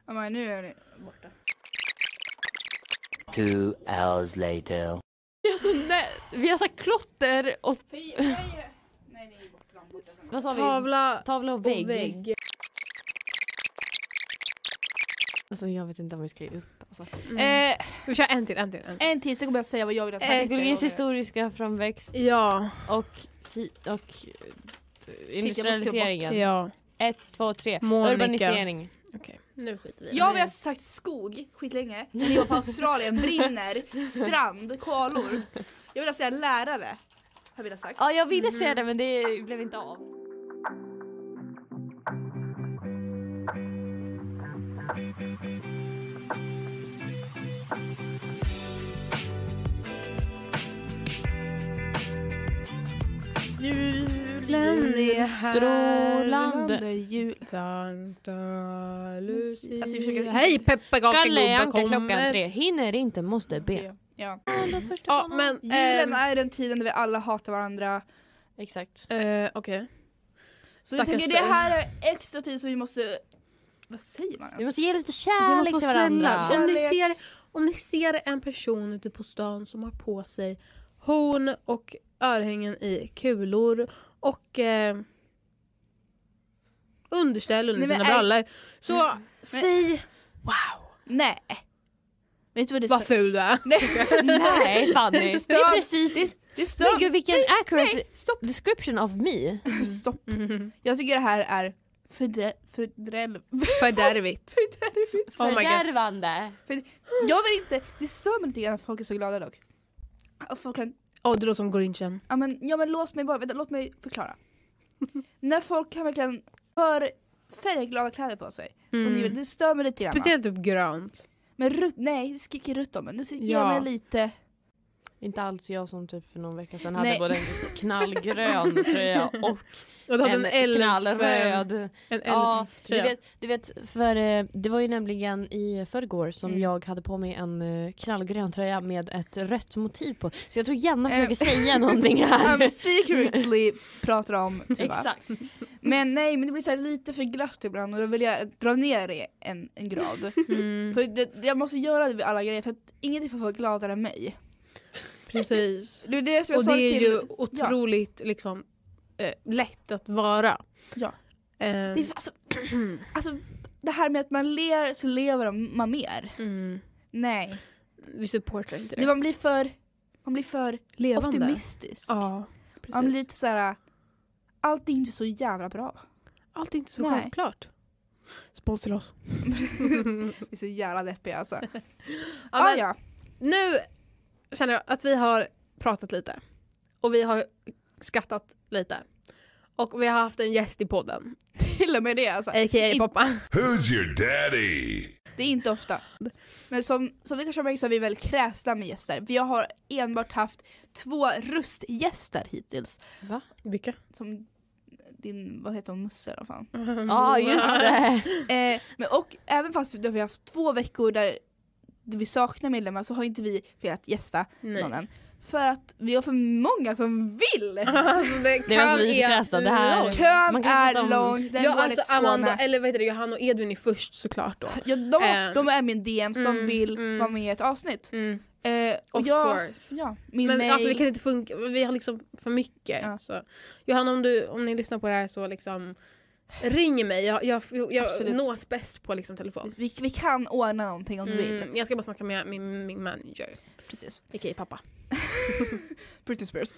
S2: Oh my, god, nu är ni borta.
S6: Two hours later.
S1: Vi har, så nä- vi har sagt klotter och...
S2: Fy, nej, nej, ni är borta. borta.
S1: Vad sa vi?
S3: Tavla
S1: Tavla och
S3: och vägg.
S1: vägg. Alltså jag vet inte om vi ska ge upp. Alltså.
S3: Mm.
S2: Eh,
S3: Vi kör en till, en till. En. till.
S2: en till så kommer jag säga vad jag vill att
S3: Eh,
S1: Psykologins historiska framväxt
S3: Ja,
S1: och, ki- och eh, industrialisering. Alltså.
S3: ja.
S1: Ett, två, tre.
S3: Monica.
S1: Urbanisering.
S3: Okej, nu skiter vi i det.
S2: Jag har väl sagt skog skitlänge, när ni var på Australien, brinner, strand, koalor. Jag vill säga lärare. Har jag sagt.
S1: Ja jag ville säga det men det blev inte av.
S3: Julen är här.
S1: Strålande.
S2: jul.
S3: Santa Lucia.
S2: Alltså, vi försöker-
S3: Hej pepparkakeglubben
S1: Galleanka
S3: kommer.
S1: klockan tre. Hinner inte, måste be.
S2: Ja.
S3: Ja, men...
S2: Julen
S3: ehm,
S2: är den tiden då vi alla hatar varandra.
S1: Exakt.
S3: eh, Okej.
S2: Så jag tänker
S3: Stackars
S2: det här är extra tid som vi måste... Vad säger man
S1: Vi
S2: ens?
S1: måste ge lite
S3: Vi
S1: kärlek
S3: måste
S1: till
S3: vara snälla.
S1: varandra.
S3: Om ni,
S2: Kärlek.
S3: ser, om ni ser en person ute på stan som har på sig horn och örhängen i kulor och eh, underställ under
S2: Nej, men
S3: sina
S2: är-
S3: brallor. Så säg wow
S2: Nej. Vet du vad det
S3: vad
S2: stör?
S3: ful du är.
S1: Nej Fanny, det är
S2: Stopp.
S1: precis...
S2: Det, det
S1: Men
S2: stör
S1: gud vilken accurate
S2: Nej, stopp.
S1: description of me.
S2: Stopp.
S3: Mhm.
S2: Jag tycker det här är fördrä- fördräl...
S3: Fördärvigt.
S2: Fördärvigt.
S3: Oh my god.
S1: Fördärvande.
S2: Jag vet inte, det stör mig lite grann att folk är så glada dock. Att folk kan,
S3: Åh, det låter som Grinchen.
S2: ja men, ja men låt mig bara, vänta, låt mig förklara. När folk kan verkligen för färgglada kläder på sig. Och ni vet, det stör mig lite grann.
S3: Speciellt typ grönt.
S2: Men rutt, nej, det skriker rutt om en. Det skriker
S3: Ja.
S2: mig lite.
S1: Inte alls jag som typ för någon vecka sedan
S2: Nej.
S1: hade både en knallgrön tröja och
S3: Och du hade
S1: en
S3: en, elf,
S1: knallröd.
S3: En elf typ.
S1: Ja, du
S3: tröja.
S1: vet, du vet, för eh, det var ju nämligen i förrgår som
S2: Mm.
S1: jag hade på mig en eh, knallgrön tröja med ett rött motiv på. Så jag tror Jenna försöker
S2: Eh,
S1: säga någonting
S2: I'm
S1: här.
S2: secretly pratar om
S3: typ
S2: Tuva.
S1: Exakt.
S3: Mm.
S2: Men nej, men det blir så här lite för glatt ibland och då vill jag dra ner det en, en grad.
S3: Mm,
S2: för det, jag måste göra det vid alla grejer för att ingenting får vara gladare än mig.
S3: precis.
S2: Det är det som jag
S3: Och
S2: sa
S3: det är
S2: till...
S3: ju otroligt liksom, eh, lätt att vara.
S2: Ja.
S3: Eh,
S2: Det, är, alltså, alltså, det här med att man ler så lever man mer.
S3: mm,
S2: Nej.
S3: vi supportar inte det.
S2: Det, man blir för, man blir för optimistisk.
S3: Ja,
S2: man blir
S3: precis.
S2: lite så här. allt är inte så jävla bra.
S3: Allt är inte så
S2: Nej.
S3: självklart. Spons till oss.
S2: Vi är så jävla deppiga alltså. Ja,
S3: Ja, men
S2: Ah, ja.
S3: Nu känner jag att vi har pratat lite. Och vi har skrattat lite. Och vi har haft en gäst i podden.
S2: Till och med det alltså.
S3: A.k.a. Poppa.
S7: Who's your daddy?
S2: Det är inte ofta. Men som, som ni kanske har märkt så är vi väl kräsna med gäster. Vi har enbart haft två röstgäster hittills.
S3: Vilka?
S2: Som din, vad heter hon, Musse då fan.
S1: Ja, just det.
S3: Mm.
S2: Eh, men och även fast vi har haft två veckor där vi saknar medlemmar så har inte vi velat gästa någon
S3: Nej.
S2: än. För att vi har för många som vill!
S3: Alltså, det,
S1: Det var så
S3: kan
S1: vi fick
S3: är
S1: läsa, det här-
S3: långt.
S1: Man
S2: Kön
S1: kan prata
S2: är
S1: om-
S2: lång, den
S3: Ja,
S2: går
S3: alltså
S2: ett
S3: Amanda,
S2: Skåne.
S3: eller vad heter det, Johanna och Edvin är först såklart då.
S2: Ja, de,
S3: Eh,
S2: de är min DMs, de
S3: mm,
S2: vill
S3: mm.
S2: vara med i ett avsnitt.
S3: Mm,
S2: Eh, och
S3: of
S2: jag,
S3: course.
S2: ja, min
S3: Men
S2: mail,
S3: alltså vi kan inte funka, vi har liksom för mycket.
S2: Ja.
S3: Så. Johanna om, du, om ni lyssnar på det här så liksom ring mig, jag, jag, jag, jag
S2: Absolut.
S3: nås bäst på liksom telefon.
S2: vi, vi kan ordna någonting om du vill.
S3: Mm, jag ska bara snacka med min, min manager,
S2: Precis.
S3: okej pappa.
S2: Britney Spears.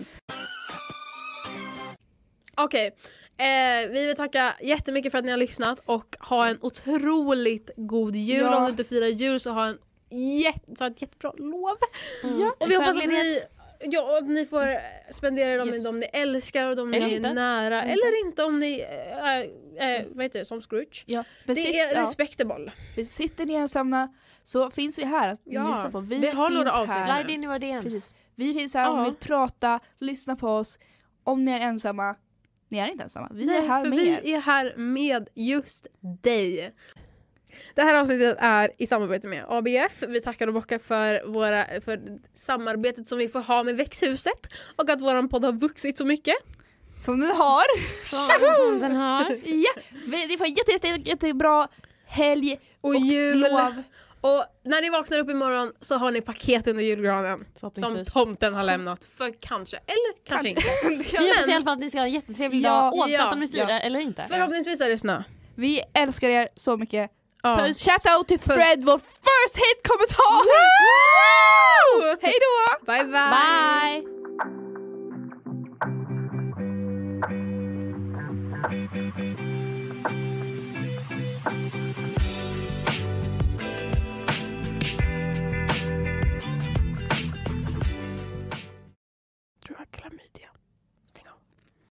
S3: Okej, eh, vi vill tacka jättemycket för att ni har lyssnat och ha en otroligt god jul.
S2: Ja.
S3: Om du inte firar jul så ha en jätte, så ha ett jättebra lov.
S1: Ja,
S3: Och vi hoppas att ni, ja, och att ni får spendera dem med
S1: Yes.
S3: de ni älskar och de ni
S1: Eller
S3: är
S1: inte.
S3: nära. Eller inte om ni äh, äh, vad heter det, som Scrooge.
S2: Ja, men
S3: det
S2: sit,
S3: är
S2: ja,
S3: respectable.
S2: men sitter ni ensamma så finns vi här att
S3: Ja,
S2: lyssna på. Vi,
S3: vi har
S2: finns
S3: några
S2: här.
S3: avsnitt.
S1: Slide in i våra DMs.
S2: Precis. Vi finns här om
S3: Ja.
S2: ni vill prata, lyssna på oss. Om ni är ensamma, ni är inte ensamma. Vi är
S3: Nej,
S2: här
S3: för
S2: med er.
S3: vi är här med just dig. Det här avsnittet är i samarbete med ABF. Vi tackar och bockar för, våra, för samarbetet som vi får ha med växthuset och att vår podd har vuxit så mycket.
S2: Som ni har.
S1: Som, som den här.
S2: ja. vi, ni får en jätte, jätte, jättebra helg
S3: Och,
S2: och
S3: jul.
S2: lov.
S3: Och när ni vaknar upp imorgon så har ni paket under julgranen. Som
S1: Förhoppningsvis.
S3: tomten har lämnat. För kanske, eller kanske, inte.
S1: Vi
S3: Men-
S1: hoppas i alla fall att ni ska ha en jättetrevlig
S2: Ja,
S1: dag oavsett
S3: ja,
S1: om ni firar eller inte.
S3: Förhoppningsvis är det snö.
S2: Vi älskar er så mycket.
S3: Ja.
S2: Shout out till
S3: Puss.
S2: Fred, vår first hit-kommentar! Hej då!
S3: Bye bye!
S1: Bye!